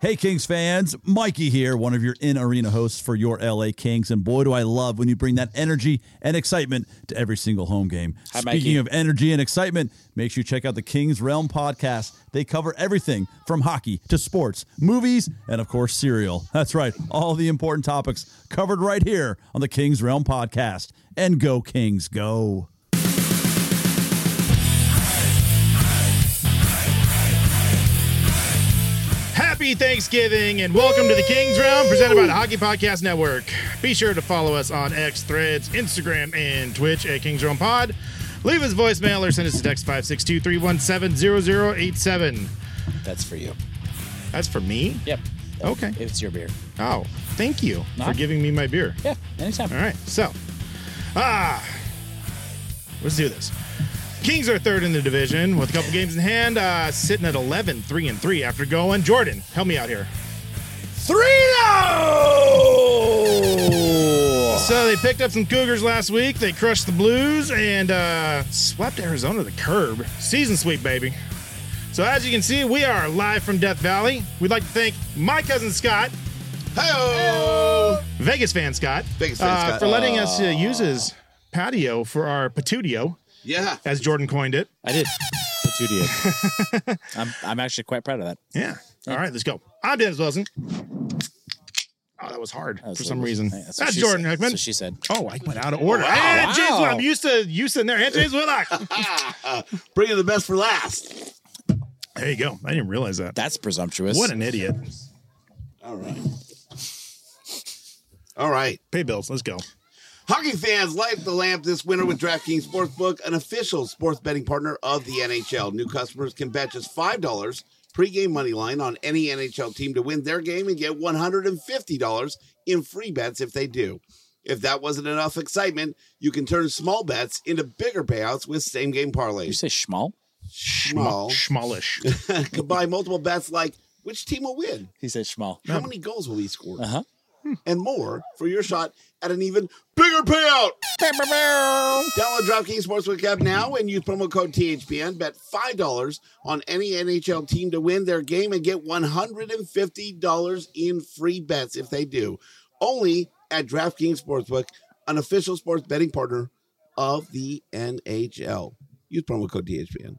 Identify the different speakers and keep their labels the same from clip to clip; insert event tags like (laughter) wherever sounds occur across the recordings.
Speaker 1: Hey, Kings fans, Mikey here, one of your in arena hosts for your LA Kings. And boy, do I love when you bring that energy and excitement to every single home game.
Speaker 2: Hi, Mikey.
Speaker 1: Speaking of energy and excitement, make sure you check out the Kings Realm podcast. They cover everything from hockey to sports, movies, and of course, cereal. (laughs) That's right, all the important topics covered right here on the Kings Realm podcast. And go, Kings, go.
Speaker 3: Happy Thanksgiving and welcome to the Kings Round presented by the Hockey Podcast Network. Be sure to follow us on X, Threads, Instagram, and Twitch at Kings Round Pod. Leave us voicemail or send us a text 562 317 0087.
Speaker 2: That's for you.
Speaker 3: That's for me?
Speaker 2: Yep.
Speaker 3: Okay.
Speaker 2: It's your beer.
Speaker 3: Oh, thank you for
Speaker 2: Nah.
Speaker 3: giving me my beer.
Speaker 2: Yeah, anytime.
Speaker 3: All right, so ah, let's do this. Kings are third in the division with a couple games in hand, uh, sitting at 11, 3 and 3 after going. Jordan, help me out here.
Speaker 2: 3 0!
Speaker 3: So they picked up some Cougars last week. They crushed the Blues and uh, swept Arizona to the curb. Season sweep, baby. So as you can see, we are live from Death Valley. We'd like to thank my cousin Scott,
Speaker 4: Hey-o.
Speaker 3: Vegas fan Scott,
Speaker 4: Vegas fan
Speaker 3: uh,
Speaker 4: Scott.
Speaker 3: for letting us uh, use his patio for our patutio,
Speaker 4: Yeah. (laughs)
Speaker 3: as Jordan coined it.
Speaker 2: I did. Patudio.
Speaker 3: (laughs)
Speaker 2: I'm, I'm actually quite proud of that.
Speaker 3: Yeah. All right, let's go. Ah, I'm Dennis Wilson. Oh, that was hard
Speaker 2: That was
Speaker 3: for some
Speaker 2: lovely.
Speaker 3: reason.
Speaker 2: Hey,
Speaker 3: That's,
Speaker 2: what she
Speaker 3: Jordan
Speaker 2: said.
Speaker 3: Hickman.
Speaker 2: That's what she said.
Speaker 3: oh, I went out of order.
Speaker 4: Wow.
Speaker 3: And James
Speaker 2: Wow.
Speaker 3: Willock. I'm used to you sitting there. And James Willock.
Speaker 2: (laughs)
Speaker 4: Bringing the best for last.
Speaker 3: there you go. I didn't realize that.
Speaker 2: That's presumptuous.
Speaker 3: What an idiot.
Speaker 4: All right. All right.
Speaker 3: Pay bills. Let's go.
Speaker 4: Hockey fans light the lamp this winter with DraftKings Sportsbook, an official sports betting partner of the NHL. New customers can bet just $5 pregame money line on any NHL team to win their game and get $150 in free bets if they do. If that wasn't enough excitement, you can turn small bets into bigger payouts with same game
Speaker 2: you
Speaker 4: parlays.
Speaker 2: say schmal?
Speaker 4: Small (laughs)
Speaker 3: Schmallish.
Speaker 4: combine multiple bets like which team will win,
Speaker 2: He said schmal.
Speaker 4: How many goals will he score?
Speaker 2: Uh-huh.
Speaker 4: And more for your shot at an even bigger payout.
Speaker 2: That's
Speaker 4: Download DraftKings Sportsbook app now and use promo code THPN. Bet $5 on any NHL team to win their game and get $150 in free bets if they do. Only at DraftKings Sportsbook, an official sports betting partner of the NHL. Use promo code THPN.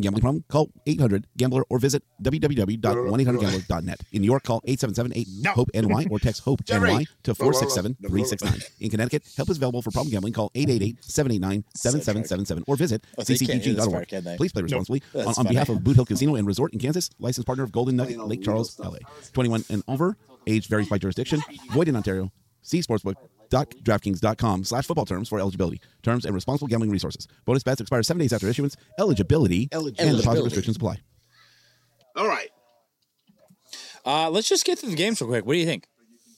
Speaker 5: Gambling problem? Call 800 Gambler or visit www.1800Gambler.net. In New York, call 877 8 HOPE NY or text HOPE NY
Speaker 4: Jerry.
Speaker 5: to 467 369. In Connecticut, help is available for problem gambling. Call 888 789 7777 or visit
Speaker 2: Oh, they can't hear this part, can they?
Speaker 5: ccqg.org. Please play responsibly.
Speaker 2: That's
Speaker 5: On, on
Speaker 2: funny.
Speaker 5: behalf of Boot Hill Casino and Resort in Kansas, licensed partner of Golden Nugget, Lake Charles, LA. 21 and over. Age varies by jurisdiction. Void in Ontario. See sportsbook. DraftKings.com slash football terms for eligibility, terms, and responsible gambling resources. Bonus bets expire seven days after issuance. Eligibility, and deposit
Speaker 2: Eligibility.
Speaker 5: restrictions apply.
Speaker 4: All right.
Speaker 2: Uh, let's just get through the games real quick. What do you think?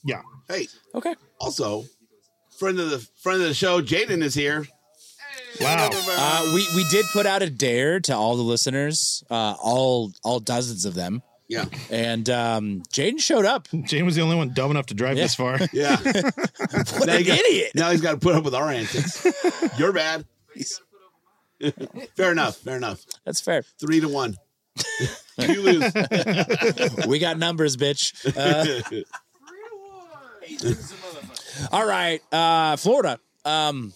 Speaker 3: Yeah.
Speaker 4: Hey,
Speaker 2: Okay.
Speaker 4: also, friend of the friend of the show, Jaden is here.
Speaker 3: Wow.
Speaker 2: Uh, we we did put out a dare to all the listeners, uh, all all dozens of them,
Speaker 4: Yeah.
Speaker 2: and um, Jaden showed up.
Speaker 3: Jane was the only one dumb enough to drive
Speaker 2: Yeah.
Speaker 3: this far.
Speaker 2: (laughs)
Speaker 4: Yeah.
Speaker 2: What an idiot!
Speaker 4: Now he's got to put up with our antics. You're bad. fair enough. Fair enough.
Speaker 2: That's fair.
Speaker 4: Three to one. you lose.
Speaker 2: We got numbers, bitch. Uh, all right, uh, Florida. Um,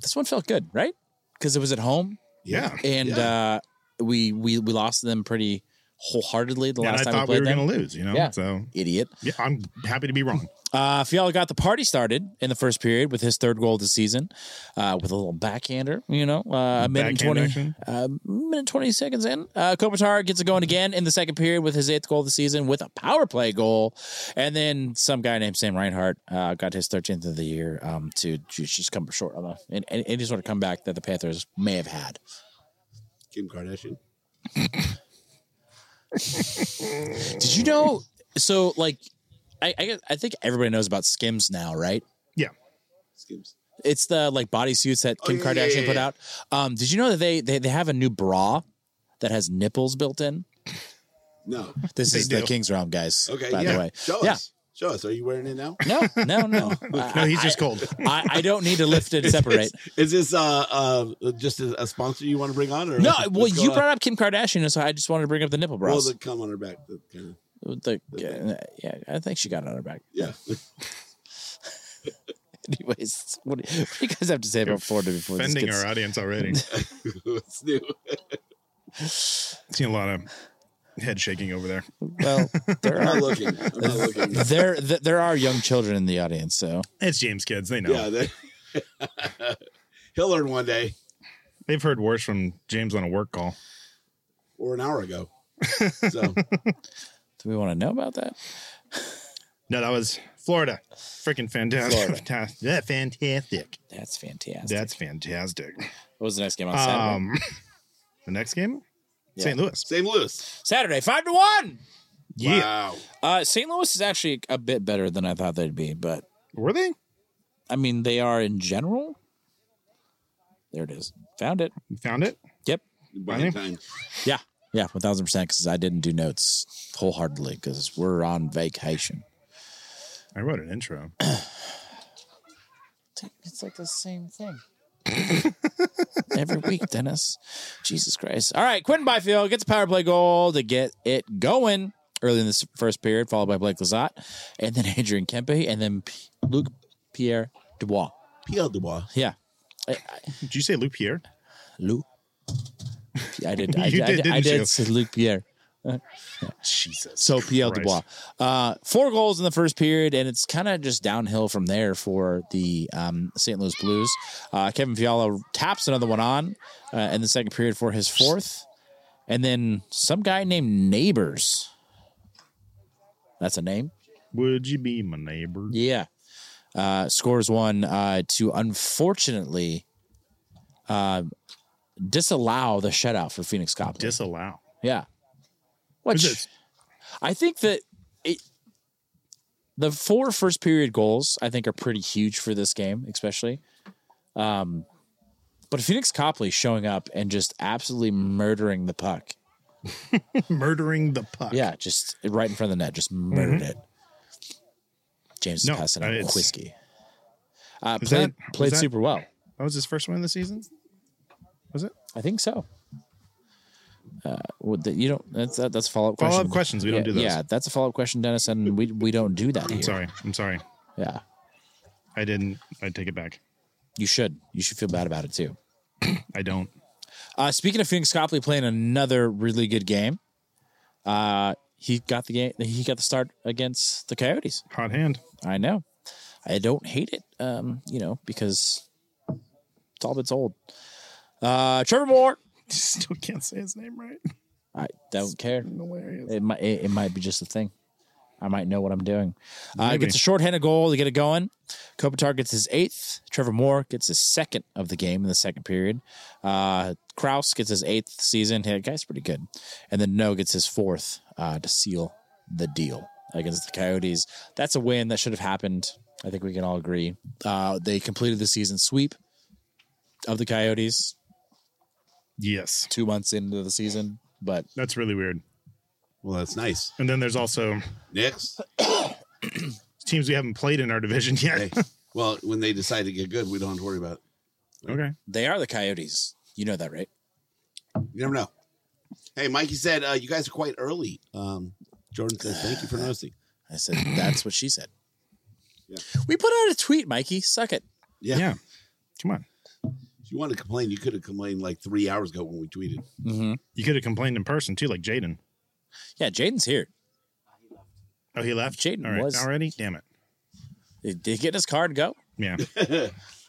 Speaker 2: this one felt good, right? Because it was at home,
Speaker 3: Yeah.
Speaker 2: and uh, we we we lost them pretty wholeheartedly the
Speaker 3: And I
Speaker 2: last time we
Speaker 3: thought we,
Speaker 2: played
Speaker 3: were
Speaker 2: them.
Speaker 3: going to lose, you know?
Speaker 2: Yeah.
Speaker 3: So
Speaker 2: Idiot.
Speaker 3: yeah, I'm happy to be wrong.
Speaker 2: Uh, Fiala got the party started in the first period with his third goal of the season, uh, with a little backhander. You know, uh, a minute and
Speaker 3: Backhand
Speaker 2: twenty,
Speaker 3: action.
Speaker 2: uh, minute and twenty seconds in. Uh, Kopitar gets it going again in the second period with his eighth goal of the season with a power play goal, and then some guy named Sam Reinhart uh, got his thirteenth of the year um, to ju- just come short of a, an- an- any sort of comeback that the Panthers may have had.
Speaker 4: Kim Kardashian.
Speaker 2: Did you know? So, like, I I, guess- I think everybody knows about Skims now, right?
Speaker 3: Yeah.
Speaker 4: Skims.
Speaker 2: It's the like bodysuits that
Speaker 4: Oh,
Speaker 2: Kim
Speaker 4: yeah,
Speaker 2: Kardashian
Speaker 4: yeah, yeah,
Speaker 2: put
Speaker 4: yeah.
Speaker 2: out. Um, did you know that they, they they have a new bra that has nipples built in?
Speaker 4: No.
Speaker 2: This
Speaker 3: They
Speaker 2: is the
Speaker 3: do.
Speaker 2: King's Realm, guys.
Speaker 4: Okay.
Speaker 2: by
Speaker 4: yeah.
Speaker 2: the way,
Speaker 4: Show
Speaker 2: yeah.
Speaker 4: us. Show us. Are you wearing it now?
Speaker 2: No, no,
Speaker 4: (laughs)
Speaker 2: no.
Speaker 3: No,
Speaker 2: I,
Speaker 3: he's just cold.
Speaker 2: I, I don't need to lift and separate.
Speaker 4: Is this uh uh just a, a sponsor you want to bring on or
Speaker 2: No,
Speaker 4: what's
Speaker 2: well,
Speaker 4: going
Speaker 2: you
Speaker 4: on?
Speaker 2: brought up Kim Kardashian, and so I just wanted to bring up the nipple
Speaker 4: well
Speaker 2: bras.
Speaker 4: the cum on her back. that kinda-
Speaker 2: The, uh, yeah, I think she got it on her back. (laughs)
Speaker 4: Yeah. (laughs)
Speaker 2: Anyways, what do, what do you guys have to say about Florida before this
Speaker 3: Offending
Speaker 2: gets?
Speaker 3: our audience already.
Speaker 4: What's new?
Speaker 3: Seen a lot of head shaking over there.
Speaker 2: (laughs) Well, there
Speaker 4: I'm
Speaker 2: are
Speaker 4: not looking. I'm not
Speaker 2: (laughs)
Speaker 4: looking.
Speaker 2: there th- there are young children in the audience, so
Speaker 3: It's James kids. They know.
Speaker 4: Yeah. they- (laughs) He'll learn one day
Speaker 3: They've heard worse from James on a work call.
Speaker 4: or an hour ago. So
Speaker 2: do we want to know about that?
Speaker 3: No, that was Florida. Freaking fantastic.
Speaker 2: Florida.
Speaker 3: (laughs) Fantas- Yeah, fantastic.
Speaker 2: That's fantastic.
Speaker 3: That's fantastic.
Speaker 2: what was the next game on Saturday?
Speaker 3: Um, (laughs) the next game,
Speaker 2: Yeah.
Speaker 3: St. Louis.
Speaker 4: St. Louis.
Speaker 2: Saturday, five to one.
Speaker 3: Yeah.
Speaker 4: Wow.
Speaker 2: Uh, St. Louis is actually a bit better than I thought they'd be, but
Speaker 3: Were they?
Speaker 2: I mean they are in general. There it is. Found it.
Speaker 3: You found it?
Speaker 2: Yep.
Speaker 4: Buying time.
Speaker 2: Yeah. Yeah, one thousand percent. Because I didn't do notes wholeheartedly because we're on vacation.
Speaker 3: I wrote an intro.
Speaker 2: (coughs) It's like the same
Speaker 3: (laughs)
Speaker 2: thing. Every week, Dennis. Jesus Christ. All right, Quentin Byfield gets a power play goal to get it going early in this first period, followed by Blake Lazat, and then (laughs) Adrian Kempe, and then P- Luke Pierre Dubois.
Speaker 4: Pierre Dubois.
Speaker 2: Yeah.
Speaker 3: Did you say Luke Pierre?
Speaker 2: Luke. I did. I,
Speaker 3: (laughs) You
Speaker 2: did, I
Speaker 3: did,
Speaker 2: did, I
Speaker 3: didn't
Speaker 2: did
Speaker 3: you?
Speaker 2: say Luke Pierre.
Speaker 3: Jesus.
Speaker 2: So Pierre
Speaker 3: Christ.
Speaker 2: Dubois. Uh, four goals in the first period, and it's kind of just downhill from there for the um, St. Louis Blues. Uh, Kevin Fiala taps another one on uh, in the second period for his fourth. And then some guy named Neighbors. That's a name?
Speaker 3: Would you be my neighbor?
Speaker 2: Yeah. Uh, scores one uh, to unfortunately uh, disallow the shutout for Phoenix Copley.
Speaker 3: Disallow.
Speaker 2: Yeah. Which
Speaker 3: this?
Speaker 2: I think that it, the four first period goals I think are pretty huge for this game, especially. Um, but Phoenix Copley showing up and just absolutely murdering the puck.
Speaker 3: Murdering the puck.
Speaker 2: Yeah, just right in front of the net, just murdered it. James
Speaker 3: Mm-hmm. No,
Speaker 2: is passing
Speaker 3: I-
Speaker 2: out
Speaker 3: it's-
Speaker 2: whiskey. Uh,
Speaker 3: Is
Speaker 2: played
Speaker 3: that-
Speaker 2: played
Speaker 3: is that-
Speaker 2: super well.
Speaker 3: That was his first win of the season? Was it?
Speaker 2: I think so. Uh, would the, you don't. That's that, that's a follow up question.
Speaker 3: Follow-up questions, we don't
Speaker 2: yeah,
Speaker 3: do those.
Speaker 2: Yeah, that's a follow up question, Dennis, and we we don't do that here.
Speaker 3: Sorry. I'm sorry.
Speaker 2: Yeah,
Speaker 3: I didn't. I take it back.
Speaker 2: you should. You should feel bad about it too.
Speaker 3: I don't.
Speaker 2: Uh, speaking of Phoenix Copley playing another really good game, uh, he got the game. He got the start against the Coyotes.
Speaker 3: Hot hand. (laughs)
Speaker 2: I know. I don't hate it. Um, you know because it's all that's old. Uh, Trevor Moore.
Speaker 3: Still can't say his name right.
Speaker 2: I don't care.
Speaker 3: Hilarious.
Speaker 2: It might it, it might be just a thing. I might know what I'm doing. Uh,
Speaker 3: Maybe.
Speaker 2: gets a shorthanded goal to get it going. Kopitar gets his eighth. Trevor Moore gets his second of the game in the second period. Uh, Kraus gets his eighth season. Hey, that guy's pretty good. And then No gets his fourth uh, to seal the deal against the Coyotes. That's a win that should have happened. I think we can all agree. Uh, they completed the season sweep of the Coyotes
Speaker 3: Yes.
Speaker 2: two months into the season, but
Speaker 3: That's really weird.
Speaker 4: Well, that's nice.
Speaker 3: And then there's also
Speaker 4: Next.
Speaker 3: teams we haven't played in our division (laughs) yet.
Speaker 4: Hey, well, when they decide to get good, we don't have to worry about it.
Speaker 3: Okay.
Speaker 2: they are the Coyotes. You know that, right?
Speaker 4: You never know. Hey, Mikey said uh, you guys are quite early. Um, Jordan says thank you for noticing.
Speaker 2: I said, that's what she said.
Speaker 4: Yeah.
Speaker 2: We put out a tweet, Mikey. Suck it.
Speaker 4: Yeah.
Speaker 3: yeah. Come on.
Speaker 4: If you want to complain, you could have complained like three hours ago when we tweeted. (laughs)
Speaker 2: Mm-hmm.
Speaker 3: You could have complained in person too, like Jaden.
Speaker 2: Yeah, Jaden's here.
Speaker 3: Oh, he left.
Speaker 2: Jaden
Speaker 3: All right.
Speaker 2: was-
Speaker 3: already. Damn it.
Speaker 2: Did he get in his car and go?
Speaker 4: (laughs)
Speaker 3: Yeah.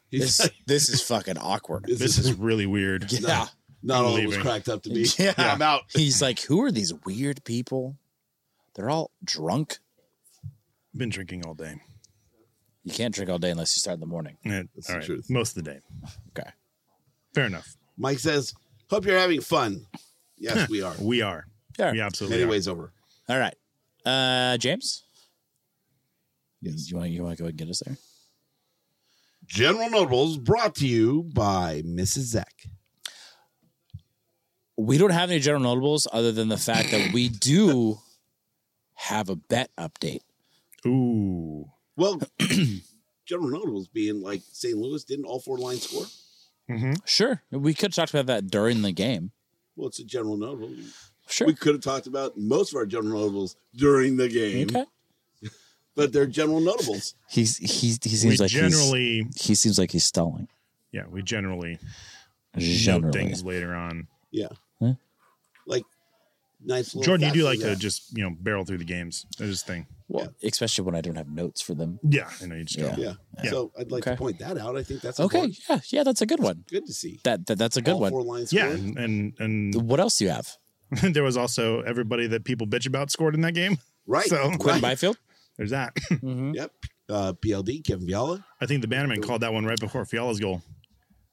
Speaker 4: He's
Speaker 2: This,
Speaker 4: like,
Speaker 2: this is fucking
Speaker 4: (laughs)
Speaker 2: awkward.
Speaker 4: this,
Speaker 3: This
Speaker 4: is
Speaker 3: is really weird.
Speaker 2: Yeah.
Speaker 4: not
Speaker 3: I'm
Speaker 4: all it was
Speaker 3: leaving.
Speaker 4: cracked up to be.
Speaker 2: (laughs) Yeah.
Speaker 4: I'm out.
Speaker 2: He's like, who are these weird people? They're all drunk.
Speaker 3: Been drinking all day.
Speaker 2: You can't drink all day unless you start in the morning.
Speaker 3: Yeah,
Speaker 4: That's
Speaker 3: all
Speaker 4: the
Speaker 3: right.
Speaker 4: truth.
Speaker 3: Most of the day.
Speaker 2: Okay.
Speaker 3: Fair enough.
Speaker 4: Mike says, hope you're having fun. Yes, we are.
Speaker 3: (laughs) We are.
Speaker 2: Yeah.
Speaker 3: We absolutely are.
Speaker 4: Anyways, over.
Speaker 2: All right. Uh, James? Yes. You want you want to go ahead and get us there?
Speaker 4: General Notables brought to you by Mrs. Zach.
Speaker 2: We don't have any general notables other than the fact that we do have a bet update.
Speaker 3: Ooh.
Speaker 2: (clears throat)
Speaker 4: Well, General Notables being like St. Louis, didn't all four lines score?
Speaker 3: Mm-hmm.
Speaker 2: Sure. We could have talked about that during the game.
Speaker 4: Well, it's a General Notable.
Speaker 2: Sure.
Speaker 4: We could have talked about most of our general notables during the game,
Speaker 2: Okay.
Speaker 4: but they're general notables.
Speaker 2: He's he's he
Speaker 3: We
Speaker 2: seems like he's,
Speaker 3: generally,
Speaker 2: he seems like he's stalling.
Speaker 3: yeah, we generally note
Speaker 2: Generally.
Speaker 3: things later on.
Speaker 4: Yeah.
Speaker 2: Huh?
Speaker 4: Like, nice little.
Speaker 3: Jordan, you do
Speaker 4: facts
Speaker 3: like to
Speaker 4: that.
Speaker 3: just you know barrel through the games. That's his thing.
Speaker 2: Well, especially when I don't have notes for them.
Speaker 3: Yeah, I know you just
Speaker 2: Yeah.
Speaker 3: go.
Speaker 4: Yeah. So I'd like to
Speaker 2: Okay.
Speaker 4: point that out. I think that's
Speaker 2: Okay,
Speaker 4: important.
Speaker 2: yeah, yeah, that's a good one.
Speaker 4: Good to see.
Speaker 2: That, that that's a good
Speaker 4: All Four
Speaker 2: one.
Speaker 4: lines.
Speaker 3: Yeah, and and, and
Speaker 2: What else do you have?
Speaker 3: (laughs) there was also everybody that people bitch about scored in that game. (laughs)
Speaker 4: Right.
Speaker 3: So
Speaker 2: Quinn
Speaker 4: Right. (laughs)
Speaker 2: Byfield. Mm-hmm.
Speaker 3: there's that. (laughs)
Speaker 4: Yep. Uh, PLD, Kevin Biala.
Speaker 3: I think the Bannerman called that one right before Fiala's goal.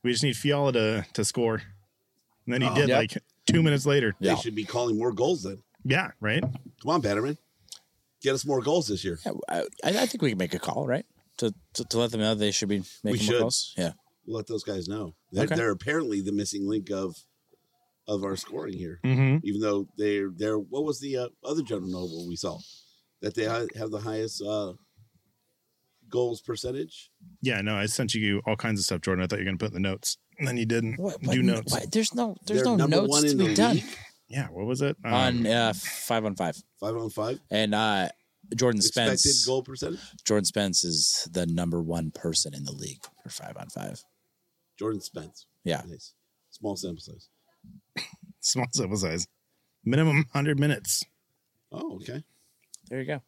Speaker 3: We just need Fiala to to score, and then he did
Speaker 2: Oh. Yep.
Speaker 3: like two minutes later.
Speaker 2: Yeah.
Speaker 4: They should be calling more goals then.
Speaker 3: Yeah, right.
Speaker 4: Come on, Batterman. Get us more goals this year.
Speaker 2: Yeah, I, I think we can make a call, right? To, to, to let them know they should be making more
Speaker 4: should.
Speaker 2: calls. Yeah.
Speaker 4: Let those guys know. They're,
Speaker 2: Okay.
Speaker 4: they're apparently the missing link of of our scoring here.
Speaker 3: Mm-hmm.
Speaker 4: Even though they're they're what was the uh, other general noble we saw that they ha- have the highest uh, goals percentage?
Speaker 3: Yeah, no, I sent you all kinds of stuff, Jordan. I thought you were going to put in the notes, and then you didn't
Speaker 2: What, what-
Speaker 3: do notes.
Speaker 2: what- there's no there's
Speaker 4: They're
Speaker 2: no
Speaker 4: number
Speaker 2: notes
Speaker 4: one
Speaker 2: to
Speaker 4: in
Speaker 2: be
Speaker 4: the
Speaker 2: done
Speaker 4: league.
Speaker 3: Yeah, what was it? Um,
Speaker 2: on uh, five on five.
Speaker 4: Five on five
Speaker 2: And uh, Jordan
Speaker 4: expected
Speaker 2: Spence.
Speaker 4: goal percentage.
Speaker 2: Jordan Spence is the number one person in the league for five on five.
Speaker 4: Jordan Spence.
Speaker 2: Yeah.
Speaker 4: Nice. Small sample size.
Speaker 3: small sample size, minimum hundred minutes.
Speaker 4: Oh, okay.
Speaker 2: There you go.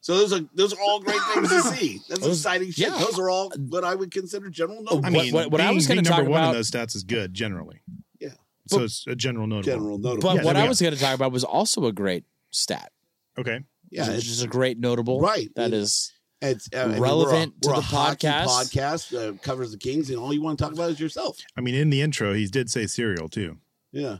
Speaker 4: So those are those are all great things to see. That's
Speaker 2: Those-
Speaker 4: exciting shit.
Speaker 2: yeah.
Speaker 4: Those are all what I would consider general notables.
Speaker 3: I
Speaker 2: What-
Speaker 3: mean,
Speaker 2: what- what I
Speaker 3: being,
Speaker 2: was gonna
Speaker 3: being number
Speaker 2: talk
Speaker 3: one
Speaker 2: about-
Speaker 3: in those stats is good generally.
Speaker 4: Yeah.
Speaker 3: So it's a general notable.
Speaker 4: general notable.
Speaker 2: But
Speaker 3: Yeah,
Speaker 2: what
Speaker 3: there we
Speaker 2: I
Speaker 3: go.
Speaker 2: was going to talk about was also a great stat.
Speaker 3: Okay.
Speaker 4: yeah,
Speaker 2: which
Speaker 4: it's,
Speaker 2: is a great notable.
Speaker 4: Right.
Speaker 2: That
Speaker 4: It-
Speaker 2: is
Speaker 4: it's uh, I mean, we're a-
Speaker 2: relevant to
Speaker 4: we're a
Speaker 2: the
Speaker 4: hockey
Speaker 2: podcast.
Speaker 4: Podcast uh, covers the Kings, and all you want to talk about is yourself.
Speaker 3: I mean, in the intro, he did say cereal too.
Speaker 4: Yeah,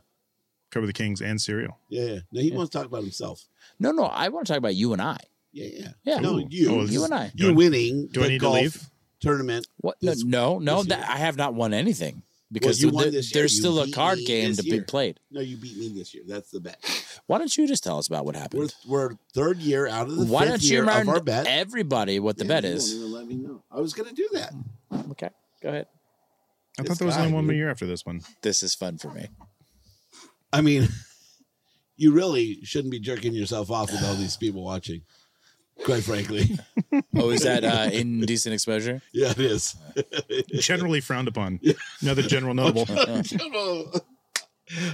Speaker 3: Cover the Kings and cereal.
Speaker 4: yeah, yeah. No, he wants to talk about himself.
Speaker 2: no, no. I want to talk about you and I.
Speaker 4: Yeah, yeah.
Speaker 2: Yeah.
Speaker 4: No,
Speaker 3: Ooh.
Speaker 4: you,
Speaker 3: Oh, is
Speaker 2: you
Speaker 3: this-
Speaker 2: and I.
Speaker 4: you're winning.
Speaker 3: Do I
Speaker 4: the
Speaker 3: need to
Speaker 4: golf
Speaker 3: leave?
Speaker 4: Tournament.
Speaker 2: What? No,
Speaker 4: This-
Speaker 2: no, no
Speaker 4: this
Speaker 2: that,
Speaker 4: year.
Speaker 2: I have not won anything because
Speaker 4: you won
Speaker 2: th-
Speaker 4: this year.
Speaker 2: there's
Speaker 4: You
Speaker 2: still a
Speaker 4: beat
Speaker 2: card
Speaker 4: me
Speaker 2: game
Speaker 4: this
Speaker 2: to be
Speaker 4: year.
Speaker 2: played.
Speaker 4: No, you beat me this year. That's the bet.
Speaker 2: Why don't you just tell us about what
Speaker 4: We're,
Speaker 2: happened?
Speaker 4: we're third year out of the
Speaker 2: Why
Speaker 4: fifth
Speaker 2: don't you
Speaker 4: year of our
Speaker 2: remind
Speaker 4: bet.
Speaker 2: everybody what the
Speaker 4: Yeah,
Speaker 2: bet
Speaker 4: you
Speaker 2: is?
Speaker 4: won't even let me know. I was going to do that.
Speaker 2: Okay, go ahead.
Speaker 3: I
Speaker 4: This
Speaker 3: thought there was only
Speaker 4: guy,
Speaker 3: one
Speaker 4: dude.
Speaker 3: more year after this
Speaker 4: (laughs)
Speaker 3: one.
Speaker 2: This is fun for me.
Speaker 4: I mean, (laughs) you really shouldn't be jerking yourself off with all these people watching. Quite frankly, (laughs)
Speaker 2: Oh, is that uh, indecent exposure?
Speaker 4: yeah, it is.
Speaker 3: Generally frowned upon. Another general notable.
Speaker 4: Come on.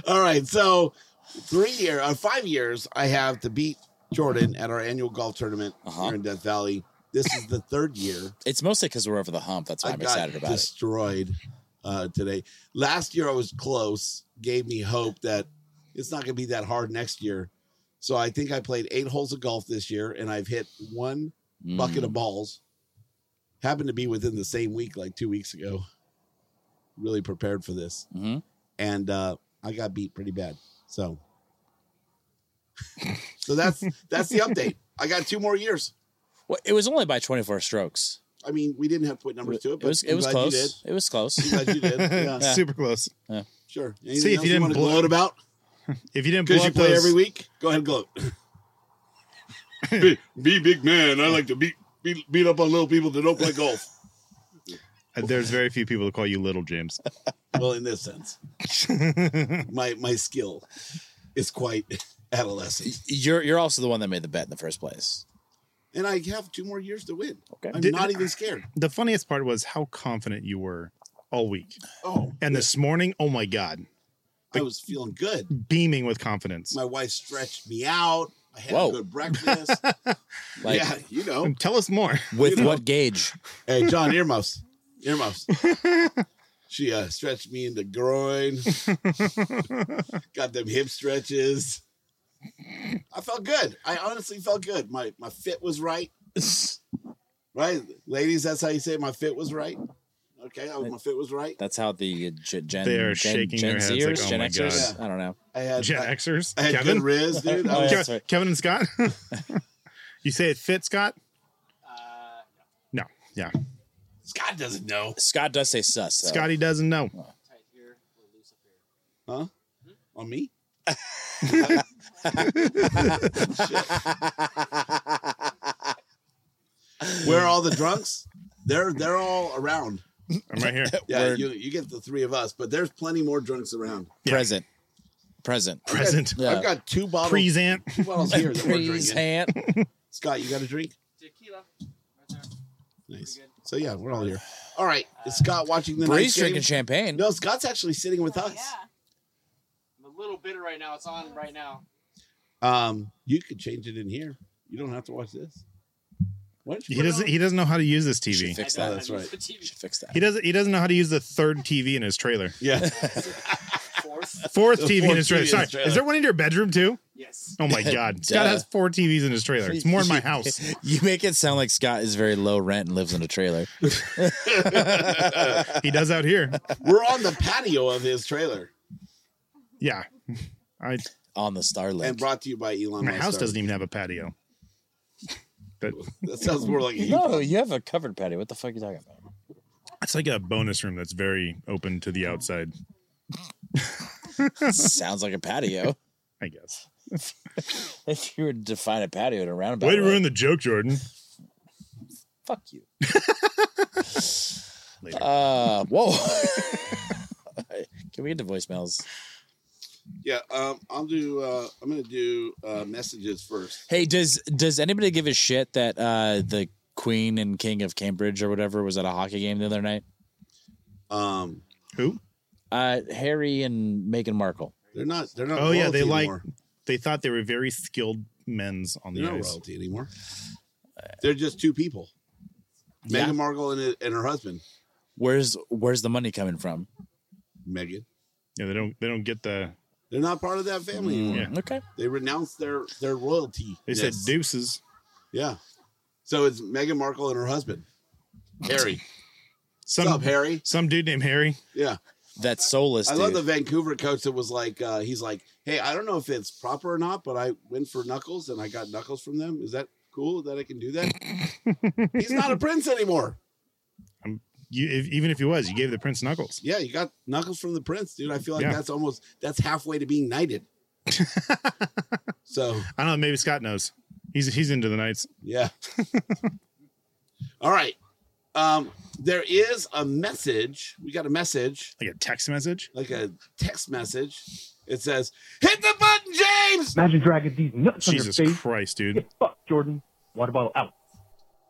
Speaker 4: All right, so three year, uh, five years, I have to beat Jordan at our annual golf tournament
Speaker 2: Uh-huh.
Speaker 4: here in Death Valley. This is the third year
Speaker 2: (laughs) It's mostly because we're over the hump. That's why
Speaker 4: I
Speaker 2: I'm
Speaker 4: got
Speaker 2: excited about it.
Speaker 4: destroyed uh, today. Last year I was close, gave me hope that it's not going to be that hard next year. So I think I played eight holes of golf this year, and I've hit one
Speaker 2: Mm.
Speaker 4: bucket of balls. Happened to be within the same week, like two weeks ago. Really prepared for this,
Speaker 2: Mhm.
Speaker 4: and uh, I got beat pretty bad. So, so that's that's the update. I got two more years.
Speaker 2: Well, it was only by 24 strokes.
Speaker 4: I mean, we didn't have to put numbers to it,
Speaker 2: It
Speaker 4: but
Speaker 2: was it
Speaker 4: I'm
Speaker 2: was
Speaker 4: glad You did.
Speaker 2: close. It was
Speaker 4: (laughs)
Speaker 2: close.
Speaker 4: I'm glad you
Speaker 2: (laughs)
Speaker 4: did. (laughs) Yeah.
Speaker 3: (laughs) Super close.
Speaker 4: Sure.
Speaker 3: See, if you didn't
Speaker 4: want to
Speaker 3: blow-
Speaker 4: gloat about
Speaker 3: If you didn't blow
Speaker 4: because you
Speaker 3: up
Speaker 4: play
Speaker 3: those,
Speaker 4: every week, go ahead and gloat. (laughs) be, be big man. I like to beat, beat beat up on little people that don't play golf.
Speaker 3: uh, there's very few people that call you little James.
Speaker 4: well, in
Speaker 2: (laughs)
Speaker 4: this sense, my my skill is quite adolescent,
Speaker 2: You're you're also the one that made the bet in the first place.
Speaker 4: and I have two more years to win.
Speaker 2: Okay.
Speaker 4: I'm
Speaker 3: Did-
Speaker 4: not even scared.
Speaker 3: The funniest part was how confident you were all week.
Speaker 4: Oh,
Speaker 3: And this morning, oh my God,
Speaker 4: I was feeling good.
Speaker 3: beaming with confidence.
Speaker 4: My wife stretched me out. I had
Speaker 2: Whoa.
Speaker 4: a good breakfast.
Speaker 2: (laughs) Like
Speaker 4: yeah, you know.
Speaker 3: Um, Tell us
Speaker 4: (laughs)
Speaker 3: more.
Speaker 2: with what gauge?
Speaker 4: Hey, John, earmuffs. Earmuffs. she uh, stretched me in the groin. Got them hip stretches. I felt good. I honestly felt good. My my fit was right. Right? Ladies, that's how you say it. my fit was right. Okay, I, my fit was right.
Speaker 2: That's how the uh, G- Gen
Speaker 3: They are
Speaker 2: Gen,
Speaker 3: shaking
Speaker 2: Gen
Speaker 3: their heads
Speaker 2: Zers,
Speaker 3: like, oh
Speaker 2: Gen
Speaker 3: my
Speaker 2: Xers.
Speaker 4: God.
Speaker 2: I don't know.
Speaker 4: I had
Speaker 3: Gen
Speaker 4: I,
Speaker 3: Xers?
Speaker 4: I had
Speaker 3: Kevin?
Speaker 4: good riz, dude.
Speaker 3: (laughs)
Speaker 4: I
Speaker 2: Oh,
Speaker 4: was,
Speaker 2: yeah.
Speaker 3: Ke-
Speaker 2: sorry.
Speaker 3: Kevin and
Speaker 4: (laughs)
Speaker 3: Scott? you say it fit, Scott? no. Yeah.
Speaker 4: Scott doesn't know.
Speaker 2: Scott does say sus. Though.
Speaker 3: Scotty doesn't know.
Speaker 4: Huh? On (laughs) me? Shit. Where are all the drunks? They're they're all around.
Speaker 3: I'm right here.
Speaker 4: (laughs) Yeah,
Speaker 2: Word.
Speaker 4: you, you get the three of us, but there's plenty more drunks around.
Speaker 2: present. present.
Speaker 3: Present.
Speaker 2: Yeah. (laughs)
Speaker 4: I've got two bottles.
Speaker 3: Present.
Speaker 4: two bottles here that we're
Speaker 2: Please,
Speaker 4: drinking. (laughs)
Speaker 2: hand.
Speaker 4: Scott, you got a drink? Nice. So yeah, we're all here. All right, is Scott watching the
Speaker 2: Bree's
Speaker 4: night game?
Speaker 2: drinking champagne.
Speaker 4: No, Scott's actually sitting with us.
Speaker 6: I'm a little bitter right now. It's on right now.
Speaker 4: Um, you could change it in here. You don't have to watch this. Why don't you
Speaker 3: He
Speaker 4: put it
Speaker 3: doesn't.
Speaker 4: on?
Speaker 3: He doesn't know how to use this TV.
Speaker 2: Should fix that.
Speaker 4: that's right.
Speaker 2: Should fix that.
Speaker 3: He doesn't. He doesn't know how to use the third TV in his trailer.
Speaker 2: (laughs)
Speaker 4: Yeah.
Speaker 6: Fourth?
Speaker 3: Fourth
Speaker 4: The
Speaker 3: TV
Speaker 4: fourth
Speaker 3: in his trailer.
Speaker 4: TV in
Speaker 3: Sorry,
Speaker 4: his trailer.
Speaker 3: is there one in your bedroom too?
Speaker 6: Yes.
Speaker 4: (laughs)
Speaker 3: Oh my God, Scott
Speaker 2: Duh.
Speaker 3: has four TVs in his trailer. It's more in my house.
Speaker 2: (laughs) You make it sound like Scott is very low rent and lives in a trailer.
Speaker 3: He does out here.
Speaker 4: We're on the patio of his trailer,
Speaker 3: Yeah,
Speaker 4: (laughs)
Speaker 3: I.
Speaker 2: on the Starlink.
Speaker 4: and brought to you by Elon.
Speaker 3: My
Speaker 4: Musk.
Speaker 3: house doesn't even have a patio. But
Speaker 4: That sounds more like a
Speaker 2: (laughs) no, you have a covered patio. What the fuck are you talking about?
Speaker 4: (laughs)
Speaker 3: it's like a bonus room that's very open to the outside.
Speaker 2: Sounds like a
Speaker 4: (laughs)
Speaker 2: patio.
Speaker 3: I guess.
Speaker 2: if you were to define a patio in a roundabout,
Speaker 3: Way to
Speaker 2: way.
Speaker 3: ruin the joke, Jordan.
Speaker 2: fuck you.
Speaker 3: (laughs) Later.
Speaker 2: Uh,
Speaker 3: (laughs)
Speaker 2: whoa. (laughs) Can we get to voicemails?
Speaker 4: Yeah, um, I'll do. Uh, I'm going to do uh, messages first.
Speaker 2: Hey, does does anybody give a shit that uh, the Queen and King of Cambridge or whatever was at a hockey game the other night?
Speaker 4: Um,
Speaker 3: Who?
Speaker 2: Uh, Harry and Meghan Markle.
Speaker 4: they're not. They're not.
Speaker 3: Oh yeah, they
Speaker 4: royalty
Speaker 3: like.
Speaker 4: anymore.
Speaker 3: They thought they were very skilled men's on the
Speaker 4: They're not
Speaker 3: ice.
Speaker 4: royalty anymore. They're just two people.
Speaker 2: Yeah.
Speaker 4: Meghan Markle and, and her husband,
Speaker 2: Where's where's the money coming from?
Speaker 4: Meghan.
Speaker 3: Yeah, they don't. They don't get the.
Speaker 4: They're not part of that family anymore.
Speaker 3: Yeah.
Speaker 2: Okay.
Speaker 4: They renounced their their royalty.
Speaker 3: Mm. They said deuces.
Speaker 4: Yeah. So it's Meghan Markle and her husband, Harry.
Speaker 3: Some
Speaker 4: What's up, Harry?
Speaker 3: some dude named Harry.
Speaker 4: Yeah.
Speaker 2: That soulless.
Speaker 4: I love the
Speaker 2: dude.
Speaker 4: Vancouver coach that was like, uh, he's like, hey, I don't know if it's proper or not, but I went for knuckles and I got knuckles from them. Is that cool that I can do that? he's not a prince anymore.
Speaker 3: You if, even if he was, you gave the prince knuckles.
Speaker 4: Yeah, you got knuckles from the prince, dude. I feel like
Speaker 3: Yeah.
Speaker 4: that's almost that's halfway to being knighted. so
Speaker 3: I don't know. Maybe Scott knows. He's he's into the knights.
Speaker 4: yeah. All right. Um, there is a message. We got a message.
Speaker 3: Like a text message.
Speaker 4: like a text message. It says, "Hit the button, James."
Speaker 7: Imagine dragging these nuts
Speaker 3: Jesus
Speaker 7: on your face.
Speaker 3: Christ, dude.
Speaker 7: Get fucked, Jordan. Water bottle out.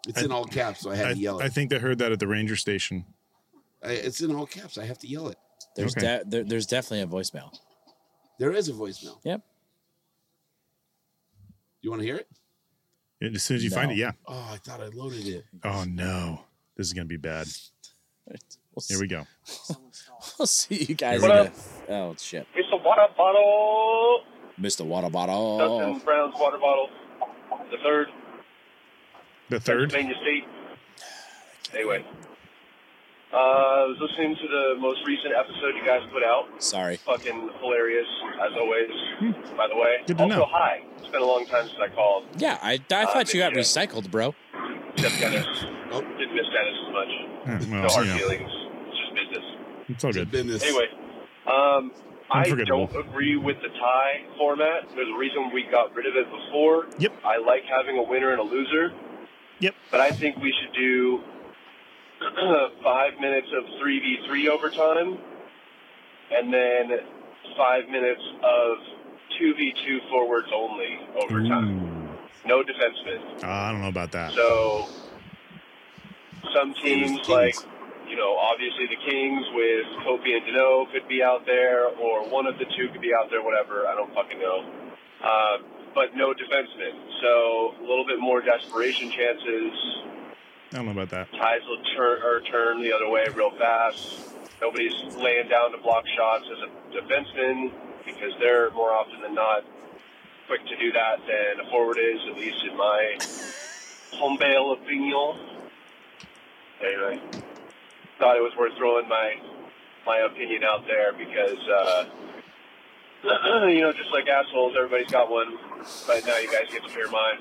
Speaker 4: It's in all caps, so I had
Speaker 3: I,
Speaker 4: to yell
Speaker 3: I
Speaker 4: it.
Speaker 3: think they heard that at the ranger station.
Speaker 4: I, it's in all caps. I have to yell it.
Speaker 2: There's
Speaker 3: Okay.
Speaker 2: de- there, there's definitely a voicemail.
Speaker 4: There is a voicemail.
Speaker 2: Yep.
Speaker 4: You want to hear it?
Speaker 3: As soon as you find
Speaker 2: No.
Speaker 3: it, yeah.
Speaker 4: Oh, I thought I loaded it.
Speaker 3: Oh no, this is gonna be bad.
Speaker 2: We'll
Speaker 3: Here we go.
Speaker 2: (laughs) We'll see you guys.
Speaker 3: What
Speaker 2: in a- oh shit,
Speaker 8: It's a water bottle.
Speaker 2: Mr. Water
Speaker 8: Dustin
Speaker 2: Bottle.
Speaker 8: Brown's water bottle. The third.
Speaker 3: The third.
Speaker 8: Pennsylvania State. Anyway. Uh, I was listening to the most recent episode you guys put out.
Speaker 2: Sorry.
Speaker 8: Fucking hilarious, as always, by the way.
Speaker 3: Hmm. Good to
Speaker 8: also,
Speaker 3: know.
Speaker 8: hi. It's been a long time since I called.
Speaker 2: Yeah,
Speaker 8: Uh,
Speaker 2: I, I thought you got recycled, bro.
Speaker 8: Except Dennis.
Speaker 4: Oh.
Speaker 8: Didn't miss Dennis as much.
Speaker 3: Eh,
Speaker 8: no
Speaker 3: well,
Speaker 8: hard
Speaker 3: you know,
Speaker 8: feelings. It's just business.
Speaker 3: it's all Oh, good.
Speaker 4: Been this.
Speaker 8: Anyway, um, I
Speaker 3: Unforgettable.
Speaker 8: don't agree with the tie format. There's a reason we got rid of it before.
Speaker 3: Yep.
Speaker 8: I like having a winner and a loser.
Speaker 3: Yep.
Speaker 8: But I think we should do (clears throat) five minutes of 3v3 overtime and then five minutes of 2v2 forwards only overtime.
Speaker 3: Ooh.
Speaker 8: No defensemen.
Speaker 3: Uh, I don't know about that.
Speaker 8: So some teams
Speaker 4: Kings.
Speaker 8: like you know, obviously the Kings with Kopi and Dano could be out there, or one of the two could be out there. Whatever, I don't fucking know. Uh, but no defensemen, so a little bit more desperation chances.
Speaker 3: I don't know about that.
Speaker 8: Ties will turn or turn the other way real fast. Nobody's laying down to block shots as a defenseman because they're more often than not quick to do that than a forward is, at least in my Humble opinion. Anyway, thought it was worth throwing my my opinion out there because uh, (clears throat) you know, just like assholes, everybody's got one. But now you guys get to hear mine.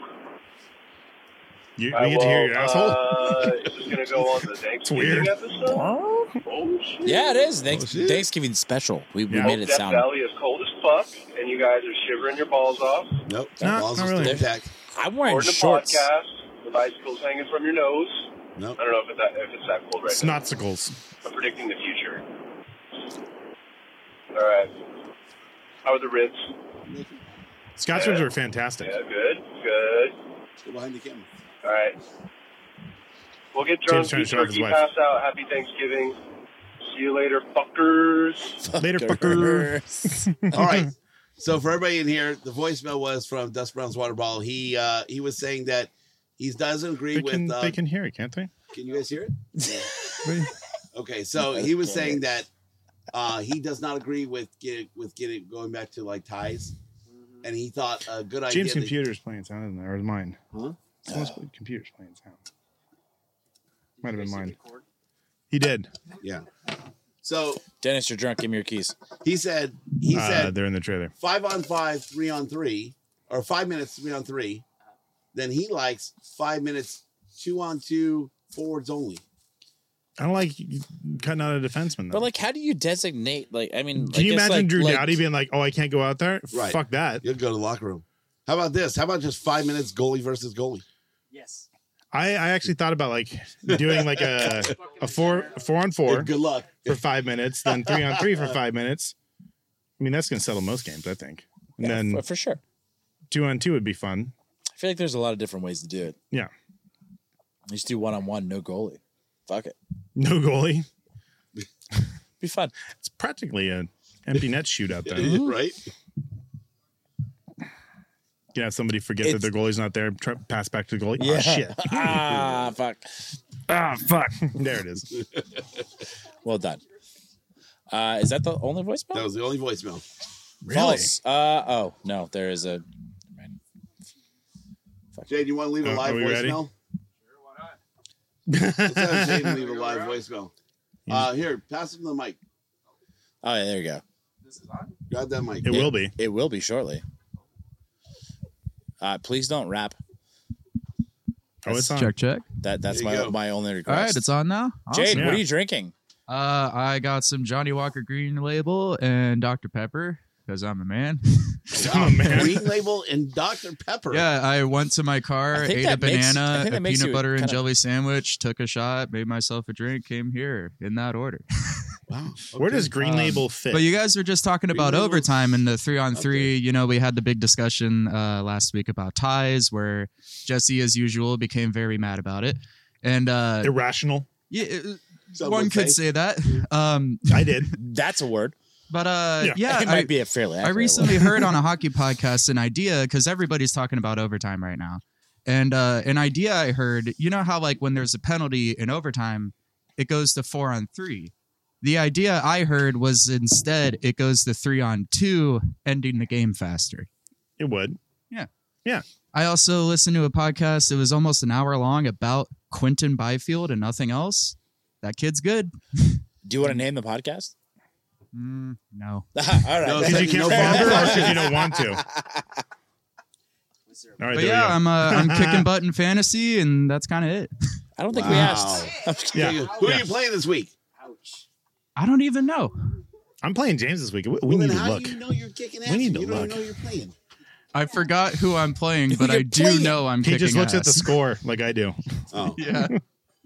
Speaker 3: You,
Speaker 8: I
Speaker 3: we get to hear
Speaker 8: will,
Speaker 3: your asshole.
Speaker 8: Uh, is this gonna go on
Speaker 3: (laughs)
Speaker 8: the Thanksgiving
Speaker 3: weird.
Speaker 8: episode? Oh shit!
Speaker 2: Yeah, it is. Thanks,
Speaker 4: Oh, shit.
Speaker 2: Thanksgiving special. We, we
Speaker 3: Yeah.
Speaker 2: made it
Speaker 8: Death
Speaker 2: sound.
Speaker 8: Valley is cold as fuck, and you guys are shivering your balls off.
Speaker 4: Nope.
Speaker 3: No,
Speaker 4: balls
Speaker 3: not
Speaker 4: are
Speaker 3: really.
Speaker 4: still intact.
Speaker 2: I'm
Speaker 8: Or
Speaker 2: wearing
Speaker 8: in the
Speaker 2: shorts. (laughs)
Speaker 8: podcast with icicles hanging from your nose.
Speaker 4: Nope.
Speaker 8: I don't know if it's that, if it's that cold right now.
Speaker 3: Snotsicles.
Speaker 8: I'm predicting the future. All right. How are the ribs?
Speaker 3: Scott's ribs are fantastic.
Speaker 8: Yeah, good, good.
Speaker 4: Go behind the
Speaker 3: (laughs)
Speaker 4: camera.
Speaker 8: All right. We'll get drunk,
Speaker 3: Tim's trying
Speaker 8: eat
Speaker 3: to show off his
Speaker 8: turkey,
Speaker 3: wife.
Speaker 8: pass out. Happy Thanksgiving. See you later, fuckers.
Speaker 3: Later, fucker.
Speaker 2: fucker.
Speaker 4: All right. So for everybody in here, the voicemail was from Dust Brown's water bottle. He uh he was saying that he doesn't agree
Speaker 3: They
Speaker 4: with.
Speaker 3: can,
Speaker 4: uh,
Speaker 3: they can hear it, can't they?
Speaker 4: Can you guys hear it? Okay, so he was saying that uh, he does not agree with get, with getting going back to like ties, and he thought a good idea.
Speaker 3: James'
Speaker 4: that-
Speaker 3: computer's playing sound, isn't it? Or is mine?
Speaker 4: Huh?
Speaker 3: Someone's computer's playing sound. Might have been mine. He did.
Speaker 4: yeah. So
Speaker 2: Dennis, you're drunk. Give me your
Speaker 3: (laughs)
Speaker 2: keys.
Speaker 4: he said he
Speaker 3: uh,
Speaker 4: said
Speaker 3: they're in the trailer.
Speaker 4: five on five, three on three, or five minutes three on three. Then he likes five minutes two on two forwards only.
Speaker 3: I don't like cutting out a defenseman. Though.
Speaker 2: But like, how do you designate? Like, I mean,
Speaker 3: Can
Speaker 2: I
Speaker 3: you
Speaker 2: guess,
Speaker 3: imagine
Speaker 2: like-
Speaker 3: Drew
Speaker 2: like,
Speaker 3: Dowdy being like, "Oh, I can't go out there"?
Speaker 4: Right.
Speaker 3: Fuck that.
Speaker 4: You'll go to the locker room. How about this? How about just five minutes goalie versus goalie?
Speaker 6: Yes.
Speaker 3: I, I actually thought about like doing like a a four a four on
Speaker 4: Hey,
Speaker 3: four
Speaker 4: Good luck.
Speaker 3: for five minutes, then three on three for five minutes. I mean, that's gonna settle most games, I think. And
Speaker 2: Yeah,
Speaker 3: then
Speaker 2: for, for sure.
Speaker 3: two on two would be fun.
Speaker 2: I feel like there's a lot of different ways to do it.
Speaker 3: Yeah.
Speaker 2: Just do one on one, no goalie. Fuck it.
Speaker 3: No goalie.
Speaker 2: Be
Speaker 3: (laughs)
Speaker 2: fun.
Speaker 3: It's practically an empty net shootout. Then you
Speaker 4: (laughs) right?
Speaker 3: can have somebody forget that
Speaker 2: It's-
Speaker 3: their goalie's not there, try, pass back to the goalie.
Speaker 2: Yeah.
Speaker 3: Oh shit!
Speaker 2: (laughs) ah, fuck.
Speaker 3: Ah fuck! there it is.
Speaker 2: Well done. Uh, is that the only voicemail?
Speaker 4: That was the only voicemail.
Speaker 2: False. Uh, oh no, there is a.
Speaker 4: Jay, do you want to leave a
Speaker 3: Uh,
Speaker 4: live
Speaker 3: are we ready?
Speaker 4: voicemail? Let's have
Speaker 3: Really?
Speaker 4: Jay leave a live voicemail.
Speaker 3: Yeah.
Speaker 4: Uh, here, pass him the mic.
Speaker 2: Oh yeah, there you go.
Speaker 4: Grab that mic.
Speaker 3: it will be.
Speaker 2: It will be shortly. Uh, please don't rap.
Speaker 3: Oh, it's on.
Speaker 9: Check, check.
Speaker 2: That that's
Speaker 4: There
Speaker 2: my
Speaker 4: you go.
Speaker 2: my only request.
Speaker 9: All right, it's on now. Awesome.
Speaker 2: Jade,
Speaker 3: Yeah.
Speaker 2: what are you drinking?
Speaker 9: Uh, I got some Johnny Walker Green Label and Dr. Pepper because I'm a man.
Speaker 3: Oh, man.
Speaker 4: Green Label and Dr. Pepper.
Speaker 9: yeah, I went to my car,
Speaker 2: I think
Speaker 9: ate a
Speaker 2: that makes- I
Speaker 9: banana,
Speaker 2: think that
Speaker 9: a
Speaker 2: makes
Speaker 9: peanut
Speaker 2: you
Speaker 9: butter and
Speaker 2: kinda-
Speaker 9: jelly sandwich, took a shot, made myself a drink, came here in that order.
Speaker 4: Wow. Uh,
Speaker 3: Where does Green
Speaker 9: Um,
Speaker 3: Label fit?
Speaker 9: But you guys were just talking
Speaker 4: Green
Speaker 9: about
Speaker 4: Label.
Speaker 9: overtime and the three on three. You know, we had the big discussion uh, last week about ties, where Jesse, as usual, became very mad about it. And uh,
Speaker 3: Irrational.
Speaker 9: yeah, it-
Speaker 4: Some
Speaker 9: one
Speaker 4: would
Speaker 9: could say that. Um,
Speaker 3: I did.
Speaker 2: That's a word.
Speaker 9: but uh,
Speaker 3: Yeah,
Speaker 9: yeah,
Speaker 2: it
Speaker 9: I-
Speaker 2: might be a fairly.
Speaker 9: I
Speaker 2: accurate
Speaker 9: recently
Speaker 2: word.
Speaker 9: heard on a hockey podcast an idea because everybody's talking about overtime right now, and uh, an idea I heard. You know how like when there's a penalty in overtime, it goes to four on three. The idea I heard was instead it goes to three on two, ending the game faster.
Speaker 3: It
Speaker 9: (laughs)
Speaker 3: would.
Speaker 9: I also listened to a podcast. It was almost an hour long about Quentin Byfield and nothing else. That kid's good.
Speaker 2: Do you want to name the podcast? (laughs)
Speaker 9: Mm, no.
Speaker 2: All right.
Speaker 4: No,
Speaker 3: Because you
Speaker 4: No
Speaker 3: can't remember or
Speaker 4: problem.
Speaker 3: because you don't want to. All right,
Speaker 9: But
Speaker 3: there
Speaker 9: yeah,
Speaker 3: we
Speaker 9: I'm
Speaker 3: (laughs)
Speaker 9: uh, I'm kicking butt in fantasy, and that's kind of it.
Speaker 2: I don't think we
Speaker 4: Wow.
Speaker 2: asked. I'm just
Speaker 3: go.
Speaker 2: kidding.
Speaker 3: Yeah,
Speaker 4: Who
Speaker 3: Yeah.
Speaker 4: are you playing this week?
Speaker 9: I don't even know.
Speaker 3: I'm playing James this week. We, we
Speaker 4: Well, then
Speaker 3: need to
Speaker 4: how
Speaker 3: look.
Speaker 4: do you know you're kicking ass?
Speaker 3: We need to
Speaker 4: you don't even
Speaker 3: look.
Speaker 4: know you're playing.
Speaker 9: I forgot who I'm playing, but I do know I'm
Speaker 3: He
Speaker 9: kicking
Speaker 3: just looks at the
Speaker 9: ass.
Speaker 3: score like I
Speaker 4: (laughs)
Speaker 3: do.
Speaker 4: Oh.
Speaker 9: (laughs) Yeah.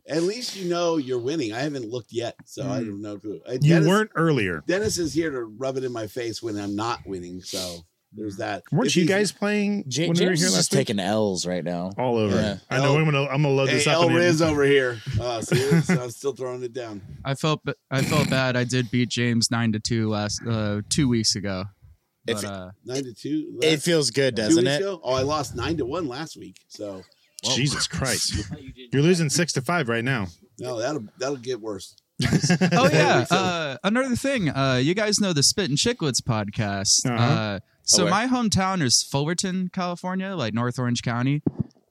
Speaker 4: At least you know you're winning. I haven't looked yet, so I don't know who. Uh,
Speaker 3: Hmm. You
Speaker 4: Dennis,
Speaker 3: weren't earlier.
Speaker 4: Dennis is here to rub it in my face when I'm not winning, so there's that.
Speaker 3: Weren't
Speaker 4: If
Speaker 3: you
Speaker 4: he's-
Speaker 3: guys playing
Speaker 2: Ja-
Speaker 3: when we were
Speaker 2: James
Speaker 3: here
Speaker 2: is just
Speaker 3: last week?
Speaker 2: taking L's right now.
Speaker 3: All over.
Speaker 2: Yeah.
Speaker 3: I know.
Speaker 4: El-
Speaker 3: I'm gonna. I'm gonna load this
Speaker 4: Oh. Hey,
Speaker 3: up.
Speaker 4: El
Speaker 3: and then-
Speaker 4: Riz over here. Uh, see, (laughs) so I'm still throwing it down.
Speaker 9: I felt ba- I felt bad. I did beat James nine to two last uh, two weeks ago.
Speaker 2: If-
Speaker 9: But uh,
Speaker 4: Nine to two. last-
Speaker 2: It feels good,
Speaker 4: two
Speaker 2: doesn't
Speaker 4: weeks
Speaker 2: it?
Speaker 4: ago? Oh, I lost nine to one last week. So
Speaker 3: Jesus Christ!
Speaker 6: Oh, you did.
Speaker 3: You're losing six to five right now.
Speaker 4: no, that'll that'll get worse.
Speaker 9: oh yeah,
Speaker 4: so.
Speaker 9: uh, another thing. Uh, you guys know the Spit and Chicklets podcast. uh
Speaker 3: Uh-huh.
Speaker 9: so
Speaker 2: Aware.
Speaker 9: my hometown is Fullerton, California, like North Orange County.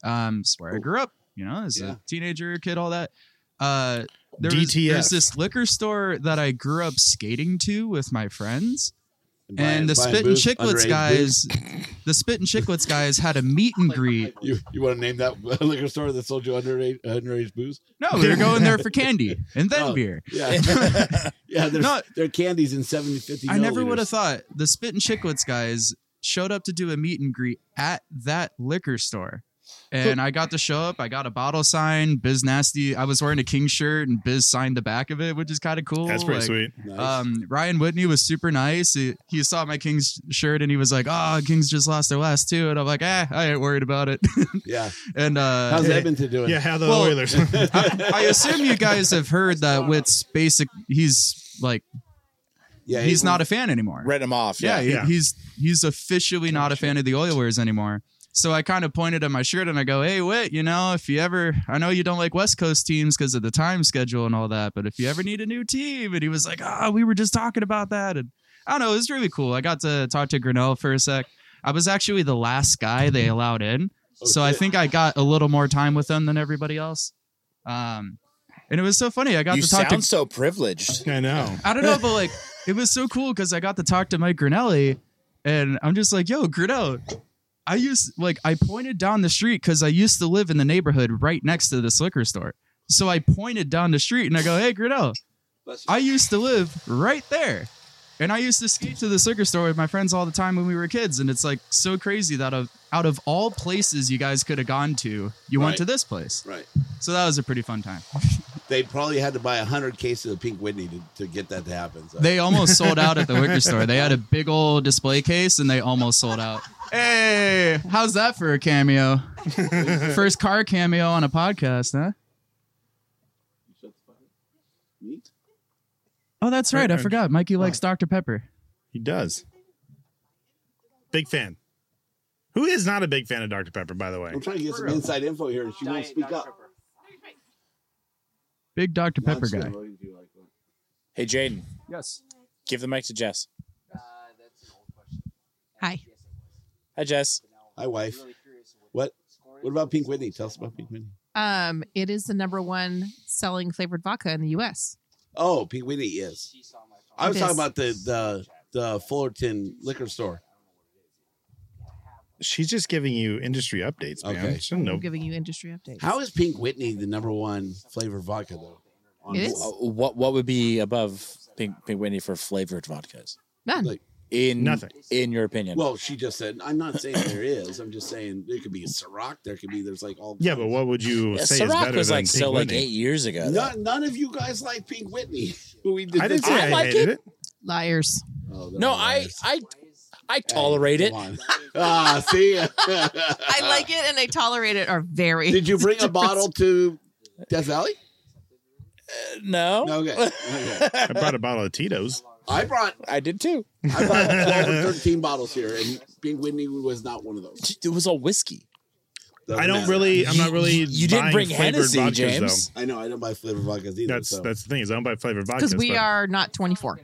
Speaker 9: Um, it's where I grew up. You know, as
Speaker 4: Yeah.
Speaker 9: a teenager, kid, all that. Uh, there was,
Speaker 3: DTF.
Speaker 9: there's this liquor store that I grew up skating to with my friends.
Speaker 4: Buying-
Speaker 9: and the
Speaker 4: buying
Speaker 9: spit and
Speaker 4: booze, underage
Speaker 9: chicklets
Speaker 4: booze.
Speaker 9: guys
Speaker 3: (laughs)
Speaker 9: the spit and chicklets guys had a meet and greet
Speaker 4: You, you want to name that (laughs) liquor store that sold you underage, underage booze?
Speaker 9: no they were going
Speaker 3: (laughs)
Speaker 9: there for candy and then
Speaker 4: Oh,
Speaker 9: beer (laughs)
Speaker 4: Yeah, (laughs) yeah. There's
Speaker 9: No.
Speaker 4: there are candies in 70, 50
Speaker 9: i never
Speaker 4: milliliters.
Speaker 9: would have thought the spit and chicklets guys showed up to do a meet and greet at that liquor store And I got to show up. I got a bottle signed. Biz Nasty. I was wearing a King shirt, and Biz signed the back of it, which is kind of cool.
Speaker 3: That's pretty
Speaker 9: Like,
Speaker 3: sweet.
Speaker 9: Um, Ryan Whitney was super nice. He, he saw my Kings shirt and he was like, "Oh, Kings just lost their last two. And I'm like, "Ah, I ain't worried about it." (laughs)
Speaker 4: Yeah.
Speaker 9: and uh,
Speaker 4: How's Edmonton doing?
Speaker 3: Yeah, how the
Speaker 9: Well- (laughs)
Speaker 3: Oilers. (laughs)
Speaker 9: I, I assume you guys have heard that Witt's basic. He's like,
Speaker 4: yeah
Speaker 9: he's not a fan anymore.
Speaker 2: Read him off.
Speaker 9: Yeah, he-
Speaker 3: Yeah.
Speaker 9: he's he's officially not a fan of the Oilers anymore. So I kind of pointed at my shirt and I go, "Hey, Witt, you know, if you ever, I know you don't like West Coast teams because of the time schedule and all that, but if you ever need a new team," and he was like, "Ah, we were just talking about that," and I don't know, it was really cool. I got to talk to Grinnell for a sec. I was actually the last guy they allowed in,
Speaker 2: Oh,
Speaker 4: oh,
Speaker 9: so I think I got a little more time with them than everybody else. Um, and it was so funny. I got
Speaker 2: You
Speaker 9: to talk
Speaker 2: sound
Speaker 9: to
Speaker 2: so privileged.
Speaker 3: I know.
Speaker 9: I don't know, but like it was so cool because I got to talk to Mike Grinelli, and I'm just like, "Yo, Grinnell, I used like I pointed down the street because I used to live in the neighborhood right next to this liquor store. So I pointed down the street and I go, "Hey, Grinnell, I used to live right there." And I used to skate to this liquor store with my friends all the time when we were kids, and it's like so crazy that of, out of all places you guys could have gone to, you
Speaker 4: Right.
Speaker 9: went to this place.
Speaker 4: Right.
Speaker 9: So that was a pretty fun time.
Speaker 4: They probably had to buy 100 cases of Pink Whitney to, to get that to happen. So.
Speaker 9: They almost sold out at the liquor store. They had a big old display case and they almost sold out. Hey, how's that for a cameo? First car cameo on a podcast, huh? Oh, that's right. I forgot. Mikey likes Dr. Pepper.
Speaker 3: He does. Big fan. Who is not a big fan of Dr. Pepper, by the way?
Speaker 4: I'm trying to get some inside info here, and she won't
Speaker 6: Diet
Speaker 4: speak
Speaker 6: Dr.
Speaker 4: up.
Speaker 6: Pepper.
Speaker 9: Big Dr. Pepper guy.
Speaker 2: Hey, Jaden,
Speaker 9: Yes.
Speaker 2: give the mic to Jess.
Speaker 6: Uh, that's an old question.
Speaker 10: Hi.
Speaker 6: Yes, it was.
Speaker 2: Hi, Jess.
Speaker 4: Hi, wife.
Speaker 6: Really curious of
Speaker 4: What?
Speaker 6: the score is.
Speaker 4: What about Pink Whitney? Tell us about Pink Whitney.
Speaker 10: Um, it is the number one selling flavored vodka in the U.S.
Speaker 4: Oh, Pink Whitney is.
Speaker 6: She saw my phone.
Speaker 4: I was
Speaker 10: It
Speaker 4: talking
Speaker 10: is.
Speaker 4: about the the the Fullerton liquor store.
Speaker 3: She's just giving you industry updates, man.
Speaker 4: Okay.
Speaker 3: She doesn't know.
Speaker 10: I'm giving you industry updates.
Speaker 4: How is Pink Whitney the number one flavored vodka though? On
Speaker 10: It is.
Speaker 2: Uh, What what would be above Pink, Pink Whitney for flavored vodkas?
Speaker 10: None.
Speaker 4: Like-
Speaker 2: In
Speaker 3: Nothing.
Speaker 2: In your opinion?
Speaker 4: Well, she just said. I'm not saying there is. I'm just saying there could be a Ciroc. There could be. There's like all.
Speaker 3: Yeah, but what would you
Speaker 2: Yeah,
Speaker 3: say is
Speaker 2: Ciroc
Speaker 3: better
Speaker 2: was
Speaker 3: than
Speaker 2: like
Speaker 3: Pink
Speaker 2: so like
Speaker 3: Whitney?
Speaker 2: eight years ago. though.
Speaker 4: None, none of you guys like Pink Whitney. (laughs) When we did
Speaker 3: I didn't
Speaker 4: this-
Speaker 3: say I,
Speaker 2: I like
Speaker 3: hated
Speaker 2: it.
Speaker 3: it.
Speaker 10: Liars.
Speaker 4: Oh,
Speaker 2: No, I I I tolerate it.
Speaker 4: (laughs) ah, see.
Speaker 10: I
Speaker 4: I
Speaker 6: uh,
Speaker 10: like it and I tolerate it are very.
Speaker 4: Did you
Speaker 10: (laughs)
Speaker 4: bring a bottle to Death Valley?
Speaker 10: Oh.
Speaker 2: No,
Speaker 4: No, okay.
Speaker 10: (laughs)
Speaker 4: okay.
Speaker 3: I brought a bottle of Tito's.
Speaker 4: I brought
Speaker 2: I did too.
Speaker 3: (laughs)
Speaker 4: I brought 12 or 13 bottles here, and Pink Whitney was not one of those.
Speaker 2: It was all whiskey.
Speaker 4: Doesn't
Speaker 3: I don't
Speaker 4: matter.
Speaker 3: really. I'm not really.
Speaker 2: You, you didn't
Speaker 3: buying
Speaker 2: bring
Speaker 3: flavored
Speaker 2: Hennessy,
Speaker 3: vodkas,
Speaker 2: James.
Speaker 3: Though.
Speaker 4: I know I don't buy flavored vodkas either.
Speaker 3: That's
Speaker 4: so.
Speaker 3: that's the thing is I don't buy flavored vodkas.
Speaker 10: Because we
Speaker 3: but-
Speaker 10: are not 24.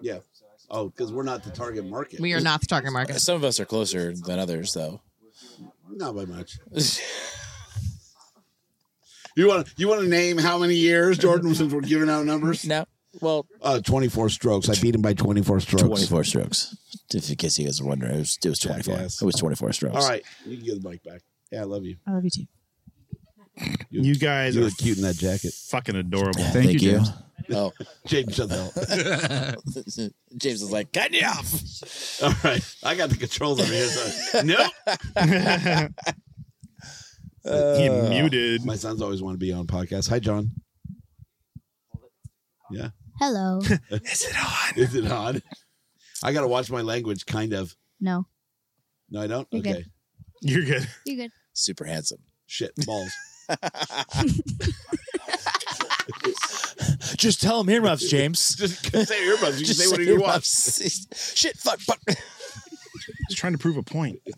Speaker 4: yeah. Oh, because we're not the target market.
Speaker 10: We are not the target market.
Speaker 2: Some of us are closer than others, though. (laughs)
Speaker 4: not by much. You want you want to name how many years Jordan since we're giving out numbers?
Speaker 2: no, well,
Speaker 4: Uh, 24 strokes. I beat him by 24 strokes.
Speaker 2: twenty-four strokes. If in case you guys were wondering, it was, it was twenty-four.
Speaker 4: Jackass.
Speaker 2: It was twenty-four strokes. (laughs)
Speaker 4: All right, you can give the mic back. Yeah, I love you.
Speaker 10: I love you too.
Speaker 3: You guys
Speaker 4: You
Speaker 3: are
Speaker 4: look cute in that jacket.
Speaker 3: fucking adorable.
Speaker 9: Thank you, James.
Speaker 2: Oh,
Speaker 4: James, shut the hell.
Speaker 3: (laughs)
Speaker 4: up.
Speaker 2: (laughs) James is like, cut me off.
Speaker 4: All right, I got the controls over here. So. (laughs) Nope.
Speaker 3: he
Speaker 4: Uh,
Speaker 3: muted.
Speaker 4: My son's always want to be on podcasts. Hi, John. Yeah.
Speaker 10: (laughs)
Speaker 11: Hello.
Speaker 4: Is it on? Is it on? I got to watch my language, kind of.
Speaker 11: no,
Speaker 4: No, I don't.
Speaker 11: You're
Speaker 4: okay.
Speaker 11: good.
Speaker 3: You're good. (laughs)
Speaker 11: you good.
Speaker 2: Super handsome.
Speaker 4: Shit, balls.
Speaker 2: Just tell him earmuffs,
Speaker 3: (laughs)
Speaker 2: James.
Speaker 4: (laughs) Just say earbuds. You can
Speaker 2: Just
Speaker 4: say
Speaker 2: say
Speaker 4: what you want.
Speaker 2: earmuffs. Shit, fuck, fuck.
Speaker 3: Just trying to prove a point.
Speaker 4: (laughs)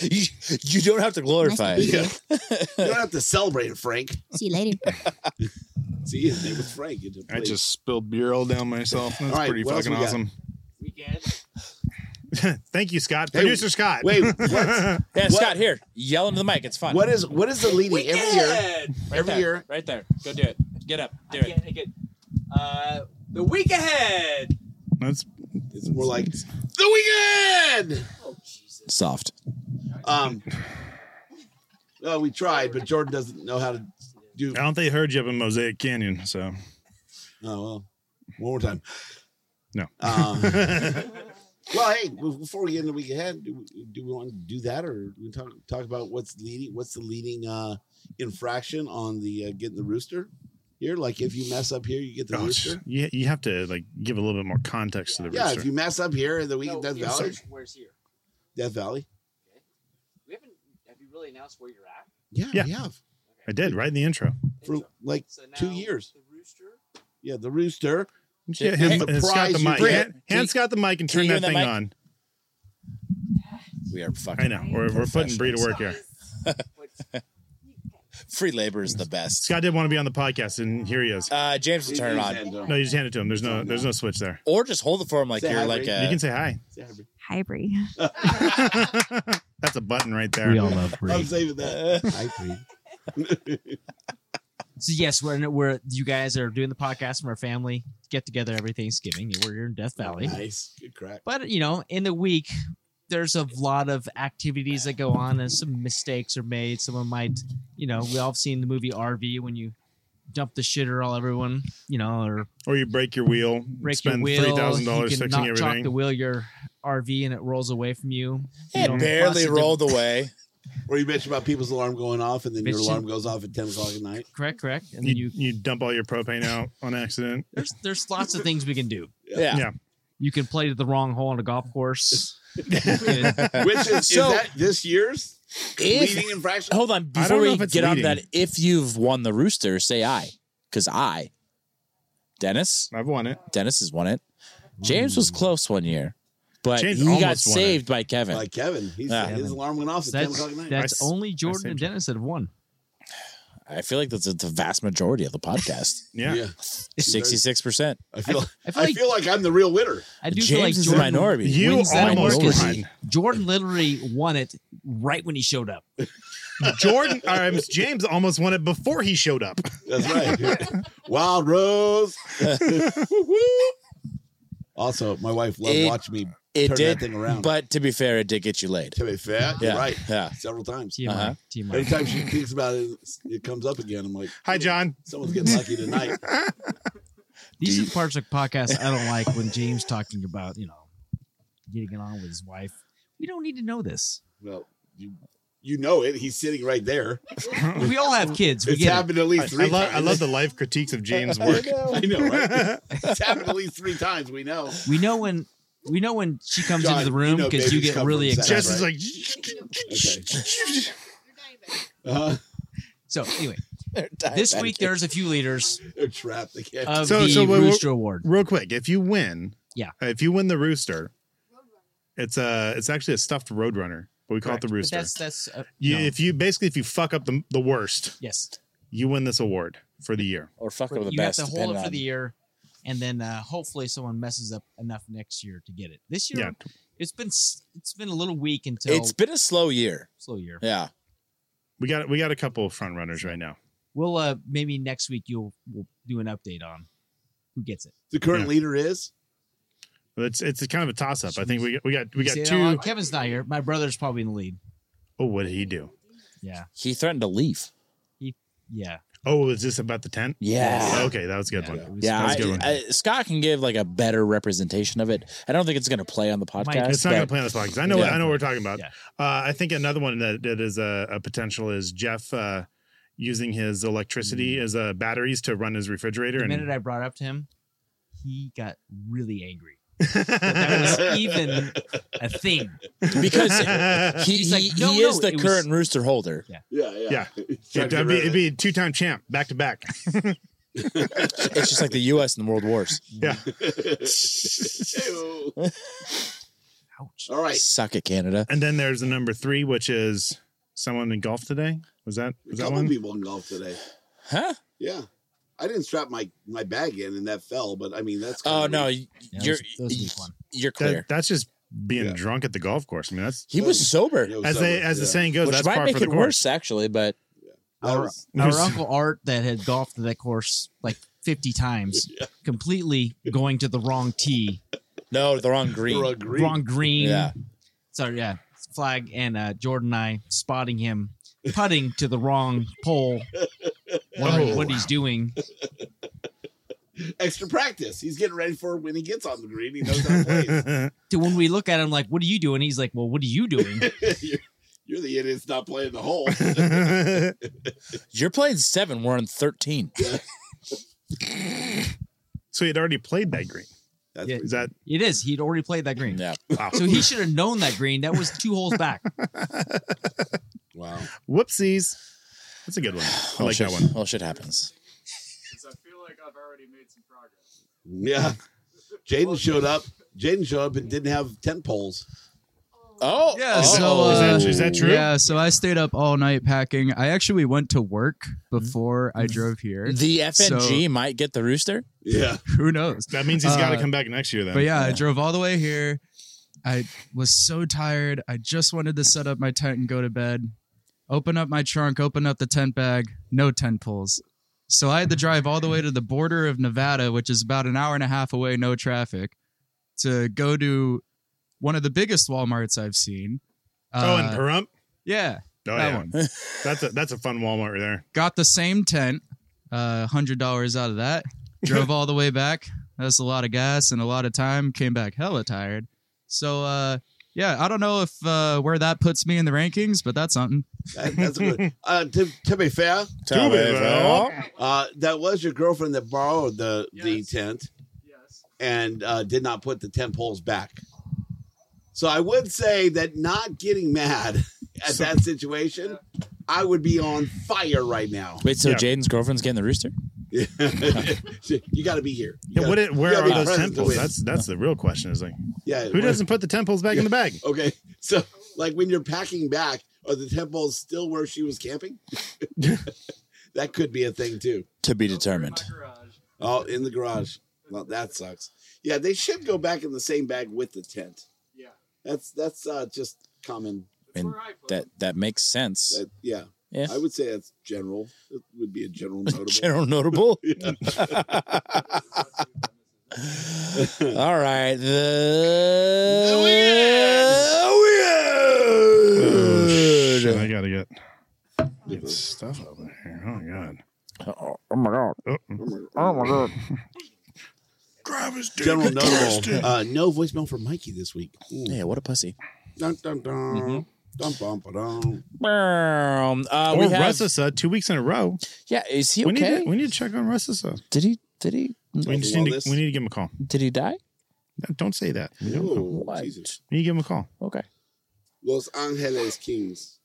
Speaker 2: You, you don't have to glorify
Speaker 11: Nice
Speaker 2: it.
Speaker 11: to
Speaker 4: Yeah. you don't have to celebrate it, Frank.
Speaker 11: See you
Speaker 6: (laughs)
Speaker 11: later.
Speaker 4: See, his name was Frank. It
Speaker 3: I just spilled beer all down myself. That's
Speaker 4: All right,
Speaker 3: pretty
Speaker 4: what else
Speaker 3: fucking
Speaker 4: we got?
Speaker 3: awesome.
Speaker 6: Weekend.
Speaker 3: Thank you, Scott.
Speaker 4: Hey,
Speaker 3: Producer Scott.
Speaker 4: (laughs) wait. What,
Speaker 2: Yeah,
Speaker 4: What-
Speaker 2: Scott, here. Yell into the mic. It's fun.
Speaker 4: what is what is the leading every year?
Speaker 2: Right
Speaker 4: every
Speaker 2: there,
Speaker 4: year-
Speaker 2: Right there. Go do it. Get up. Do
Speaker 6: I
Speaker 2: it.
Speaker 6: can't take it. Uh, the week ahead.
Speaker 3: That's
Speaker 4: It's more like the weekend.
Speaker 6: Oh Jesus.
Speaker 2: Soft.
Speaker 4: Um. Well, we tried, but Jordan doesn't know how to do.
Speaker 3: I don't think they heard you up in Mosaic Canyon, so (laughs)
Speaker 4: Oh well. One more time.
Speaker 3: No.
Speaker 4: Um, Well, hey, well, before we get into the week ahead, do we, do we want to do that, or we talk talk about what's leading? What's the leading uh, infraction on the uh, getting the rooster here? Like, if you mess up here, you get the
Speaker 3: Oh, it's
Speaker 4: rooster.
Speaker 3: just- you, you have to like give a little bit more context to the
Speaker 4: Yeah,
Speaker 3: rooster.
Speaker 4: if you mess up here, then we get Death
Speaker 6: here's-
Speaker 4: Valley.
Speaker 6: Where's here?
Speaker 4: Death Valley.
Speaker 6: We haven't. Have you really announced where you're at?
Speaker 4: Yeah,
Speaker 3: Yeah.
Speaker 4: we have
Speaker 3: I did right in the intro.
Speaker 4: for
Speaker 6: Intro.
Speaker 4: like
Speaker 6: So
Speaker 4: two
Speaker 6: now
Speaker 4: years.
Speaker 6: The rooster.
Speaker 4: Yeah, the rooster.
Speaker 3: Yeah, him,
Speaker 4: the
Speaker 3: has got
Speaker 4: prize
Speaker 3: the
Speaker 4: you
Speaker 3: mic.
Speaker 4: bring.
Speaker 3: Han,
Speaker 2: Can
Speaker 3: has got the mic and
Speaker 2: can
Speaker 3: turn
Speaker 2: you
Speaker 3: that
Speaker 2: hear
Speaker 3: thing
Speaker 2: the mic?
Speaker 3: on.
Speaker 2: We are fucking.
Speaker 3: I know. We're, we're putting Bree to work here. (laughs)
Speaker 2: Free labor is the best.
Speaker 3: Scott did want to be on the podcast, and here he is.
Speaker 2: Uh, James will turn it on,
Speaker 3: No, you just hand it to him. There's no, there's no switch there.
Speaker 2: or just hold it for him like
Speaker 4: Say
Speaker 2: you're
Speaker 4: hi,
Speaker 2: like
Speaker 4: Bree.
Speaker 2: a.
Speaker 3: You can say hi. (laughs)
Speaker 10: Hi, Bree.
Speaker 3: That's a button right there.
Speaker 11: We all love
Speaker 4: I'm
Speaker 11: Bree.
Speaker 4: saving that. I agree. (laughs)
Speaker 11: So yes, we're in, we're you guys are doing the podcast from our family get together every Thanksgiving. We're here in Death Valley,
Speaker 4: Nice, good crack.
Speaker 11: but you know, in the week, there's a lot of activities that go on, and some mistakes are made. Someone might, you know, we all have seen the movie RV when you dump the shitter all everyone, you know, or
Speaker 3: Or you break your wheel,
Speaker 11: break
Speaker 3: spend
Speaker 11: your wheel.
Speaker 3: three thousand
Speaker 11: you
Speaker 3: dollars
Speaker 11: can
Speaker 3: fixing
Speaker 11: knock- Chalk the
Speaker 3: everything.
Speaker 11: wheel of your RV and it rolls away from you. You know,
Speaker 2: It barely
Speaker 11: lots of
Speaker 2: rolled away.
Speaker 4: Or you bitch about people's alarm going off, and then your
Speaker 11: Bitching.
Speaker 4: alarm goes off at ten o'clock at night.
Speaker 3: (laughs)
Speaker 11: different- Correct, correct. And then
Speaker 3: You,
Speaker 11: you
Speaker 3: you dump all your propane out on accident.
Speaker 11: there's there's lots of things we can do.
Speaker 2: Yeah.
Speaker 3: (laughs) Yeah.
Speaker 11: You can play to the wrong hole on a
Speaker 2: (laughs)
Speaker 11: golf course. You can-
Speaker 4: Which is,
Speaker 2: So-
Speaker 4: is that this year's
Speaker 2: If-
Speaker 4: leading infraction?
Speaker 2: hold on
Speaker 3: I don't
Speaker 2: before
Speaker 3: know
Speaker 2: we
Speaker 3: if it's
Speaker 2: get on
Speaker 3: leading.
Speaker 2: that. If you've won the rooster, say I, because I, Dennis,
Speaker 3: I've won it.
Speaker 2: Dennis has won it. James was close one year, but
Speaker 3: James
Speaker 2: he got
Speaker 3: almost won it.
Speaker 2: saved by Kevin.
Speaker 4: Like Kevin, he's,
Speaker 2: Yeah.
Speaker 4: his alarm went off at ten
Speaker 11: that's
Speaker 4: o'clock at night.
Speaker 11: that's
Speaker 3: I s-
Speaker 11: only Jordan
Speaker 3: saved
Speaker 11: and
Speaker 3: you.
Speaker 11: Dennis that have won.
Speaker 2: I feel like that's the vast majority of the
Speaker 3: (laughs)
Speaker 2: podcast.
Speaker 3: Yeah.
Speaker 2: Sixty-six percent.
Speaker 4: I feel,
Speaker 11: I
Speaker 4: I
Speaker 11: feel
Speaker 4: feel,
Speaker 11: like-
Speaker 4: like I'm the real winner.
Speaker 11: I do
Speaker 2: James
Speaker 11: feel like
Speaker 2: is
Speaker 11: Jordan
Speaker 2: the minority.
Speaker 3: You
Speaker 11: wins that
Speaker 3: almost
Speaker 11: award 'cause
Speaker 3: won.
Speaker 11: he- Jordan literally won it right when he showed up.
Speaker 3: Jordan, or, um, James almost won it before he showed up.
Speaker 4: That's
Speaker 11: (laughs)
Speaker 4: right.
Speaker 2: (laughs)
Speaker 4: Wild Rose. also, my wife loved
Speaker 2: It-
Speaker 4: watching me
Speaker 2: it
Speaker 4: turn
Speaker 2: did,
Speaker 4: that thing around.
Speaker 2: but to be fair, it did get you
Speaker 3: (laughs)
Speaker 2: laid.
Speaker 4: to be fair,
Speaker 2: Yeah,
Speaker 4: you're right.
Speaker 2: yeah.
Speaker 4: Several times.
Speaker 11: TMI,
Speaker 2: Uh-huh.
Speaker 11: TMI.
Speaker 4: Every time she thinks about it, it comes up again. I'm like,
Speaker 3: Hi, John.
Speaker 4: someone's getting lucky tonight.
Speaker 11: These are the parts of podcasts I don't like
Speaker 2: (laughs)
Speaker 11: when James talking about, you know, getting it on with his wife. We don't need to
Speaker 2: (laughs)
Speaker 11: know this.
Speaker 4: Well, you you know it. He's sitting right there.
Speaker 11: We all have kids. We
Speaker 4: It's
Speaker 11: get it.
Speaker 4: happened at
Speaker 3: I, I
Speaker 4: least three
Speaker 3: love,
Speaker 4: times.
Speaker 3: I love the live critiques of James' work.
Speaker 4: (laughs)
Speaker 3: (laughs)
Speaker 4: I know, right? it's happened at least three times. We know.
Speaker 11: We know when we know when she comes
Speaker 4: John,
Speaker 11: into the
Speaker 4: you
Speaker 11: room
Speaker 4: know
Speaker 11: because you
Speaker 4: babies
Speaker 11: get
Speaker 4: come
Speaker 11: really
Speaker 4: from
Speaker 11: excited.
Speaker 3: Jess is like, (laughs)
Speaker 4: Okay. Uh,
Speaker 11: So anyway, this week there's a few leaders
Speaker 4: they're trapped. They
Speaker 2: Um,
Speaker 4: can't.
Speaker 11: of
Speaker 3: So-
Speaker 11: the
Speaker 3: so we're-
Speaker 11: Rooster Award.
Speaker 3: real quick, if you win, uh,
Speaker 11: Yeah.
Speaker 3: if you win the rooster, it's a, it's actually a stuffed roadrunner, but we call it the
Speaker 11: Correct.
Speaker 3: rooster.
Speaker 11: But That's that's uh,
Speaker 3: you,
Speaker 11: no.
Speaker 3: If you basically, if you fuck up the, the worst,
Speaker 11: yes.
Speaker 3: you win this award for the year.
Speaker 2: or fuck up the
Speaker 11: You have
Speaker 2: best.
Speaker 11: to hold
Speaker 2: depending
Speaker 11: it for
Speaker 2: on-
Speaker 11: the year, and then uh, hopefully someone messes up enough next year to get it. This year,
Speaker 3: Yeah.
Speaker 11: it's been s- it's been a little weak until
Speaker 2: It's been a slow year.
Speaker 11: slow year.
Speaker 2: Yeah.
Speaker 3: We got we got a couple of front runners right now.
Speaker 11: We'll uh, maybe next week you'll we'll do an update on who gets it.
Speaker 4: The current
Speaker 3: Yeah.
Speaker 4: leader is
Speaker 3: But It's it's kind of a toss up. I think we got we got we got
Speaker 11: See,
Speaker 3: two.
Speaker 11: uh, Kevin's not here. My brother's probably in the lead.
Speaker 3: Oh, what did he do?
Speaker 11: Yeah,
Speaker 2: He threatened to leave.
Speaker 11: yeah,
Speaker 3: Oh, was this about the tent?
Speaker 2: Yeah.
Speaker 3: Okay, that was a good
Speaker 11: yeah. it
Speaker 3: one.
Speaker 11: was-
Speaker 2: Yeah,
Speaker 11: it was
Speaker 3: a
Speaker 2: I,
Speaker 11: good.
Speaker 3: good one.
Speaker 2: I, Scott can give like a better representation of it. I don't think it's going to play on the podcast.
Speaker 3: It's not going to
Speaker 2: but
Speaker 3: play on this podcast. I know.
Speaker 2: Yeah.
Speaker 3: I know what we're talking about.
Speaker 11: Yeah.
Speaker 3: Uh, I think another one that, that is a, a potential is Jeff uh, using his electricity
Speaker 2: Mm.
Speaker 3: as uh, batteries to run his refrigerator.
Speaker 11: the
Speaker 3: And
Speaker 11: minute I brought up to him, he got really angry. That was even a thing.
Speaker 3: (laughs)
Speaker 2: because he,
Speaker 11: He's
Speaker 2: he,
Speaker 11: like, "No,
Speaker 2: he
Speaker 11: no,
Speaker 2: is the
Speaker 11: it was-
Speaker 2: current rooster holder.
Speaker 4: yeah, yeah.
Speaker 3: (laughs) Yeah.
Speaker 4: (laughs) He's trying
Speaker 3: it'd,
Speaker 4: to get
Speaker 3: be,
Speaker 4: rid
Speaker 3: it'd
Speaker 4: of
Speaker 3: be two time champ back to back.
Speaker 2: It's just like the U.S. and the World Wars.
Speaker 3: Yeah.
Speaker 4: it. (laughs) Ew.
Speaker 11: Ouch.
Speaker 4: All right.
Speaker 2: Suck it, Canada.
Speaker 3: And then there's the number three, which is someone in golf today. Was that
Speaker 4: A
Speaker 3: was that
Speaker 4: couple
Speaker 3: one?
Speaker 4: people in golf today.
Speaker 2: Huh?
Speaker 4: Yeah. I didn't strap my my bag in and that fell, but I mean that's
Speaker 2: Oh
Speaker 4: kinda
Speaker 2: no,
Speaker 4: weird.
Speaker 2: y-
Speaker 11: Yeah,
Speaker 2: you're
Speaker 11: those- those would
Speaker 2: (laughs)
Speaker 11: be fun.
Speaker 2: you're clear.
Speaker 3: That, that's just being
Speaker 4: Yeah.
Speaker 3: drunk at the golf course. I mean, that's
Speaker 2: he was sober,
Speaker 4: It was
Speaker 3: as they
Speaker 4: sober,
Speaker 3: as the
Speaker 4: yeah.
Speaker 3: saying goes.
Speaker 2: which
Speaker 3: that's
Speaker 2: might
Speaker 3: par
Speaker 2: make
Speaker 3: for the
Speaker 2: it
Speaker 3: course.
Speaker 2: worse actually. But
Speaker 4: That
Speaker 11: Our-
Speaker 4: was-
Speaker 11: our
Speaker 3: Who's-
Speaker 11: uncle Art that had golfed that course like 50 times, completely going to the wrong tee,
Speaker 2: no, the wrong green.
Speaker 4: Or a green.
Speaker 11: wrong green.
Speaker 2: Yeah.
Speaker 11: Sorry, yeah. Flag and uh, Jordan and I spotting him putting to the wrong pole, wondering
Speaker 3: Oh.
Speaker 11: what he's doing.
Speaker 4: extra practice. He's getting ready for when he gets on the green. He knows
Speaker 3: (laughs)
Speaker 4: how to
Speaker 11: Dude, when we look at him, like, what are you doing? He's like, well, what are you
Speaker 4: (laughs)
Speaker 11: doing?
Speaker 4: play. you're, you're the idiot that's not playing the hole.
Speaker 2: You're playing seven. We're on thirteen.
Speaker 3: So he had already played that green.
Speaker 11: Yeah.
Speaker 3: Is that
Speaker 11: It is. He'd already played that green.
Speaker 2: Yeah.
Speaker 3: wow?
Speaker 11: So he should have known that green. That was two holes back.
Speaker 2: Wow.
Speaker 3: Whoopsies. That's a good one. I like that one.
Speaker 2: Well, shit happens.
Speaker 6: Because I feel like I've already made some progress.
Speaker 4: yeah. (laughs) Jaden
Speaker 6: (laughs)
Speaker 4: showed up. Jaden showed up and didn't have tent poles.
Speaker 2: Oh,
Speaker 9: Yeah,
Speaker 2: oh.
Speaker 9: so
Speaker 3: Is
Speaker 9: uh,
Speaker 3: that, is that true?
Speaker 9: yeah, so I stayed up all night packing. I actually went to work before I drove
Speaker 3: uh,
Speaker 9: here.
Speaker 2: the FNG might get the rooster.
Speaker 4: Yeah.
Speaker 9: (laughs) Who knows?
Speaker 3: That means he's got to
Speaker 9: Uh,
Speaker 3: come back next year then.
Speaker 9: But yeah, I drove all the way here. I was so tired. I just wanted to set up my tent and go to bed. Open up my trunk, open up the tent bag, no tent poles. So I had to drive all the way to the border of Nevada, which is about an hour and a half away, no traffic, to go to one of the biggest Walmarts I've seen.
Speaker 3: oh,
Speaker 9: Uh,
Speaker 3: and Perump.
Speaker 9: yeah,
Speaker 3: Oh,
Speaker 9: that
Speaker 3: yeah.
Speaker 9: one.
Speaker 3: (laughs) That's a that's a fun Walmart there.
Speaker 9: Got the same tent, uh, hundred dollars out of that.
Speaker 3: (laughs)
Speaker 9: Drove all the way back. That's a lot of gas and a lot of time. Came back hella tired. So uh, yeah, I don't know if uh, where that puts me in the rankings, but that's something.
Speaker 4: That- that's
Speaker 3: (laughs)
Speaker 4: a good. Uh, to, to be fair,
Speaker 3: Do it, Val.
Speaker 4: uh, that was your girlfriend that borrowed the the
Speaker 6: Yes.
Speaker 4: tent
Speaker 6: Yes.
Speaker 4: and uh, did not put the tent poles back. So I would say that not getting mad (laughs) at
Speaker 3: So-
Speaker 4: that situation, I would be on fire right now. (laughs)
Speaker 2: Wait, so
Speaker 3: Yeah.
Speaker 2: Jaden's girlfriend's getting the rooster?
Speaker 4: you got to be here. You
Speaker 3: Yeah,
Speaker 4: gotta-
Speaker 3: what it, where
Speaker 4: you gotta
Speaker 3: are
Speaker 4: be
Speaker 3: those
Speaker 4: present to
Speaker 3: temples?
Speaker 4: win.
Speaker 3: That's that's the real question. Is like
Speaker 4: yeah.
Speaker 3: who doesn't put the temples back in the bag?
Speaker 4: Okay, (laughs) so like when you're packing back, are the tent poles still where she was camping? (laughs) that could be a thing too.
Speaker 2: To be
Speaker 6: My
Speaker 2: determined.
Speaker 6: garage.
Speaker 4: Oh, in the garage. Well, that sucks. Yeah, they should go back in the same bag with the tent.
Speaker 6: Yeah.
Speaker 4: That's that's uh, just common.
Speaker 6: That's
Speaker 2: And
Speaker 6: where I put
Speaker 2: That
Speaker 6: it.
Speaker 2: that makes sense.
Speaker 4: That, yeah,
Speaker 2: Yeah.
Speaker 4: I would say that's general. It would be
Speaker 2: (laughs)
Speaker 4: a general notable.
Speaker 2: General
Speaker 3: (laughs)
Speaker 2: notable. (laughs) All right. The
Speaker 3: Oh, Shit, I gotta get, get stuff over here. Oh my god.
Speaker 2: Oh, my god. Oh my god.
Speaker 3: Grab his dick.
Speaker 4: General notable. Uh, no voicemail for Mikey this week. Mm.
Speaker 2: Yeah, Mm-hmm. what a pussy.
Speaker 4: Dun, dun, dun. Dun, bum, ba, dun.
Speaker 2: Um, uh,
Speaker 3: or
Speaker 2: we have-
Speaker 3: Russisa two weeks in a row.
Speaker 2: yeah, is he
Speaker 3: We need
Speaker 2: okay?
Speaker 3: to, we need to check on Russisa.
Speaker 2: did he did he
Speaker 3: We
Speaker 4: After
Speaker 3: just
Speaker 4: all
Speaker 3: need
Speaker 4: this?
Speaker 3: to, we need to give him a call.
Speaker 2: did he die?
Speaker 3: No, don't say that. We don't know.
Speaker 4: Ooh,
Speaker 2: What?
Speaker 4: Jesus.
Speaker 3: We need to give him a call.
Speaker 2: Okay.
Speaker 4: Los Angeles Kings.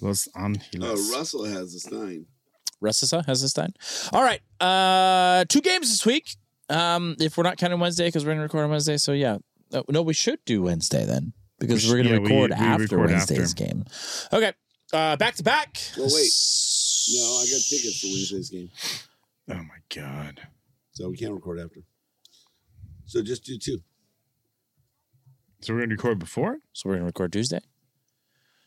Speaker 3: Los
Speaker 4: Uh,
Speaker 3: Angeles.
Speaker 4: Russell has a Stein.
Speaker 2: Russisa has this time. All right. Uh two games this week. Um if we're not counting Wednesday because we're gonna record on Wednesday, so yeah. No, no, we should do Wednesday then. Because
Speaker 3: We
Speaker 2: we are gonna
Speaker 3: should- yeah, we-
Speaker 2: record
Speaker 3: we
Speaker 2: after
Speaker 3: record after.
Speaker 2: Wednesday's game. Okay. Uh back to back.
Speaker 4: Well, wait. No, I got tickets for Wednesday's game,
Speaker 3: oh my god.
Speaker 4: so we can't record after. So just do two,
Speaker 3: So we're gonna record before? it?
Speaker 2: So we're gonna record Tuesday.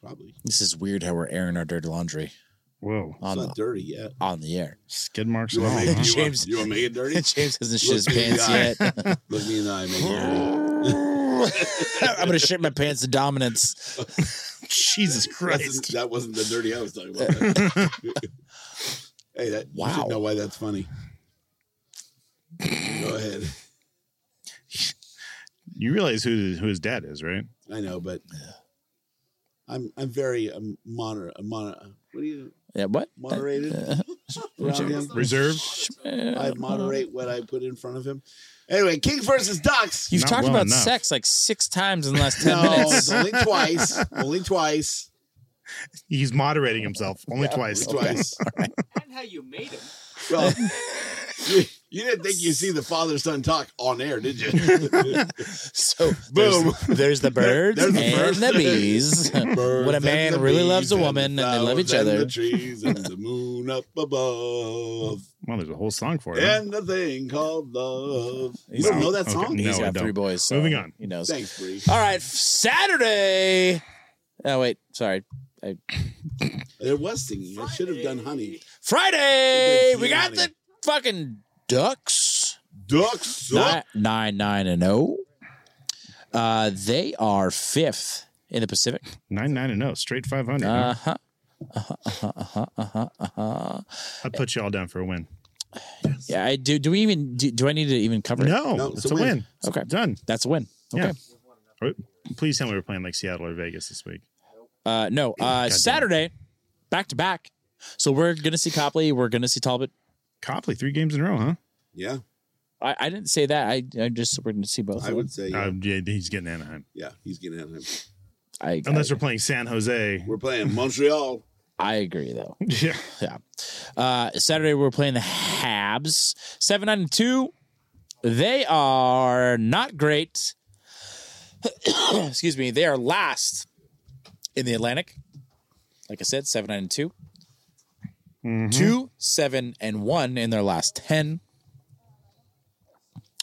Speaker 4: probably.
Speaker 2: This is weird how we're airing our dirty laundry
Speaker 3: Whoa.
Speaker 4: It's
Speaker 2: on
Speaker 4: not
Speaker 2: the,
Speaker 4: dirty
Speaker 2: (laughs)
Speaker 4: yet.
Speaker 2: on the air.
Speaker 3: Skid marks
Speaker 4: You
Speaker 3: and all.
Speaker 4: want to
Speaker 3: huh?
Speaker 4: make, you wanna-
Speaker 2: James-
Speaker 4: you wanna make it dirty?
Speaker 2: James hasn't shit his
Speaker 4: (laughs) Look in the
Speaker 2: pants
Speaker 4: eye.
Speaker 2: yet.
Speaker 4: (laughs)
Speaker 2: (laughs)
Speaker 4: Look me in the eye, make it dirty.
Speaker 2: I'm gonna shit my pants to dominance.
Speaker 3: (laughs) Jesus
Speaker 4: That's-
Speaker 3: Christ.
Speaker 4: that wasn't the dirty I was talking
Speaker 2: (laughs)
Speaker 4: about. hey, that, you
Speaker 2: Wow.
Speaker 4: should know why that's funny. Go ahead.
Speaker 3: You realize who who his dad is, right?
Speaker 4: I know, but I'm I'm very um, moder uh, moder what do you
Speaker 2: Yeah, what?
Speaker 4: moderated
Speaker 2: Uh,
Speaker 4: (laughs) around him.
Speaker 3: Reserved.
Speaker 2: (laughs)
Speaker 4: I moderate what I put in front of him. Anyway, Kings versus Ducks.
Speaker 2: You've
Speaker 3: Not
Speaker 2: talked
Speaker 3: well
Speaker 2: about
Speaker 3: enough.
Speaker 2: sex like six times in the last ten
Speaker 4: No,
Speaker 2: minutes.
Speaker 4: (laughs) it's only twice. Only twice.
Speaker 3: He's moderating himself only twice. (laughs)
Speaker 4: Only twice.
Speaker 6: (laughs) And how you made him.
Speaker 2: (laughs)
Speaker 4: Well, you, you didn't think you'd see the father son talk on air, did
Speaker 2: (laughs)
Speaker 4: you?
Speaker 2: So
Speaker 4: Boom.
Speaker 2: There's, there's the birds
Speaker 4: (laughs) There's the
Speaker 2: and
Speaker 4: birds.
Speaker 2: the bees.
Speaker 4: (laughs) Birds
Speaker 2: when a
Speaker 4: and
Speaker 2: man
Speaker 4: the
Speaker 2: really
Speaker 4: bees
Speaker 2: loves a
Speaker 4: and the
Speaker 2: woman and they love
Speaker 4: flowers
Speaker 2: each
Speaker 4: and
Speaker 2: other.
Speaker 4: The trees and the moon up
Speaker 2: (laughs)
Speaker 4: above,
Speaker 3: Well, there's a whole song for it. huh?
Speaker 4: and the thing called love. You
Speaker 2: He's-
Speaker 4: don't know that
Speaker 3: okay.
Speaker 4: song?
Speaker 3: No,
Speaker 2: He's
Speaker 3: I
Speaker 2: got
Speaker 3: don't.
Speaker 2: three boys. So
Speaker 3: Moving on.
Speaker 2: He knows.
Speaker 4: Thanks, Bree.
Speaker 2: All right, Saturday. Oh wait, sorry.
Speaker 4: There was singing. I should have done honey.
Speaker 2: Friday.
Speaker 4: Good
Speaker 2: We got the
Speaker 4: Gianni.
Speaker 2: fucking ducks.
Speaker 4: Ducks
Speaker 2: Nine,
Speaker 4: up.
Speaker 2: nine, nine, and oh. Uh, they are fifth in the Pacific.
Speaker 3: Nine nine and oh, straight five hundred.
Speaker 2: Uh huh. uh-huh, uh-huh, uh-huh, uh-huh, uh-huh.
Speaker 3: I put y'all down for a win.
Speaker 2: Yeah, I do. Do we even do, do I need to even cover
Speaker 3: No,
Speaker 2: it?
Speaker 3: No, it's it's a a win. win.
Speaker 2: Okay,
Speaker 3: done.
Speaker 2: That's a win. Okay.
Speaker 3: Yeah. Please tell me we're playing like Seattle or Vegas this week.
Speaker 2: Uh, no, uh, Saturday, back to back. So we're gonna see Copley. We're gonna see Talbot.
Speaker 3: Copley, three games in a row, huh?
Speaker 4: Yeah.
Speaker 2: I, I didn't say that. I, I just we're gonna see both.
Speaker 4: I would say, yeah.
Speaker 3: Um, yeah, he's getting Anaheim.
Speaker 4: Yeah, he's getting at him.
Speaker 2: I,
Speaker 3: Unless we're playing San Jose.
Speaker 4: We're playing Montreal.
Speaker 2: I agree
Speaker 3: (laughs)
Speaker 2: though.
Speaker 3: Yeah.
Speaker 2: Yeah. Uh, Saturday we're playing the Habs. Seven nine and two. They are not great. (coughs) Excuse me. They are last in the Atlantic. Like I said, seven nine and 2 Two seven and one in their last ten.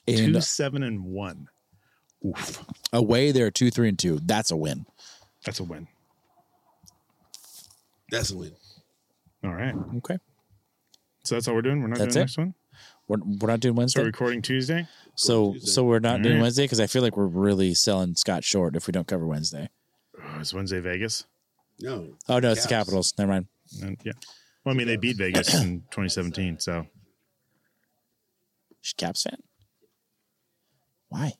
Speaker 2: And
Speaker 3: Two, seven, and one. Oof.
Speaker 2: away they're two three and two. That's a win.
Speaker 3: That's a win.
Speaker 4: That's a win.
Speaker 3: All right.
Speaker 2: Okay.
Speaker 3: So that's all we're doing. We're not
Speaker 2: That's
Speaker 3: doing
Speaker 2: it?
Speaker 3: next one.
Speaker 2: We're, we're not doing
Speaker 3: So
Speaker 2: Wednesday.
Speaker 3: recording Tuesday.
Speaker 2: So so we're not doing
Speaker 3: Alright.
Speaker 2: Wednesday because I feel like we're really selling Scott short if we don't cover Wednesday.
Speaker 3: Oh, it's Wednesday, Vegas.
Speaker 4: No.
Speaker 2: Oh no, it's the Capitals. Never mind.
Speaker 3: And, yeah. Well, I mean, they beat Vegas
Speaker 2: (coughs)
Speaker 3: in 2017. So
Speaker 2: She's a Caps fan. Why?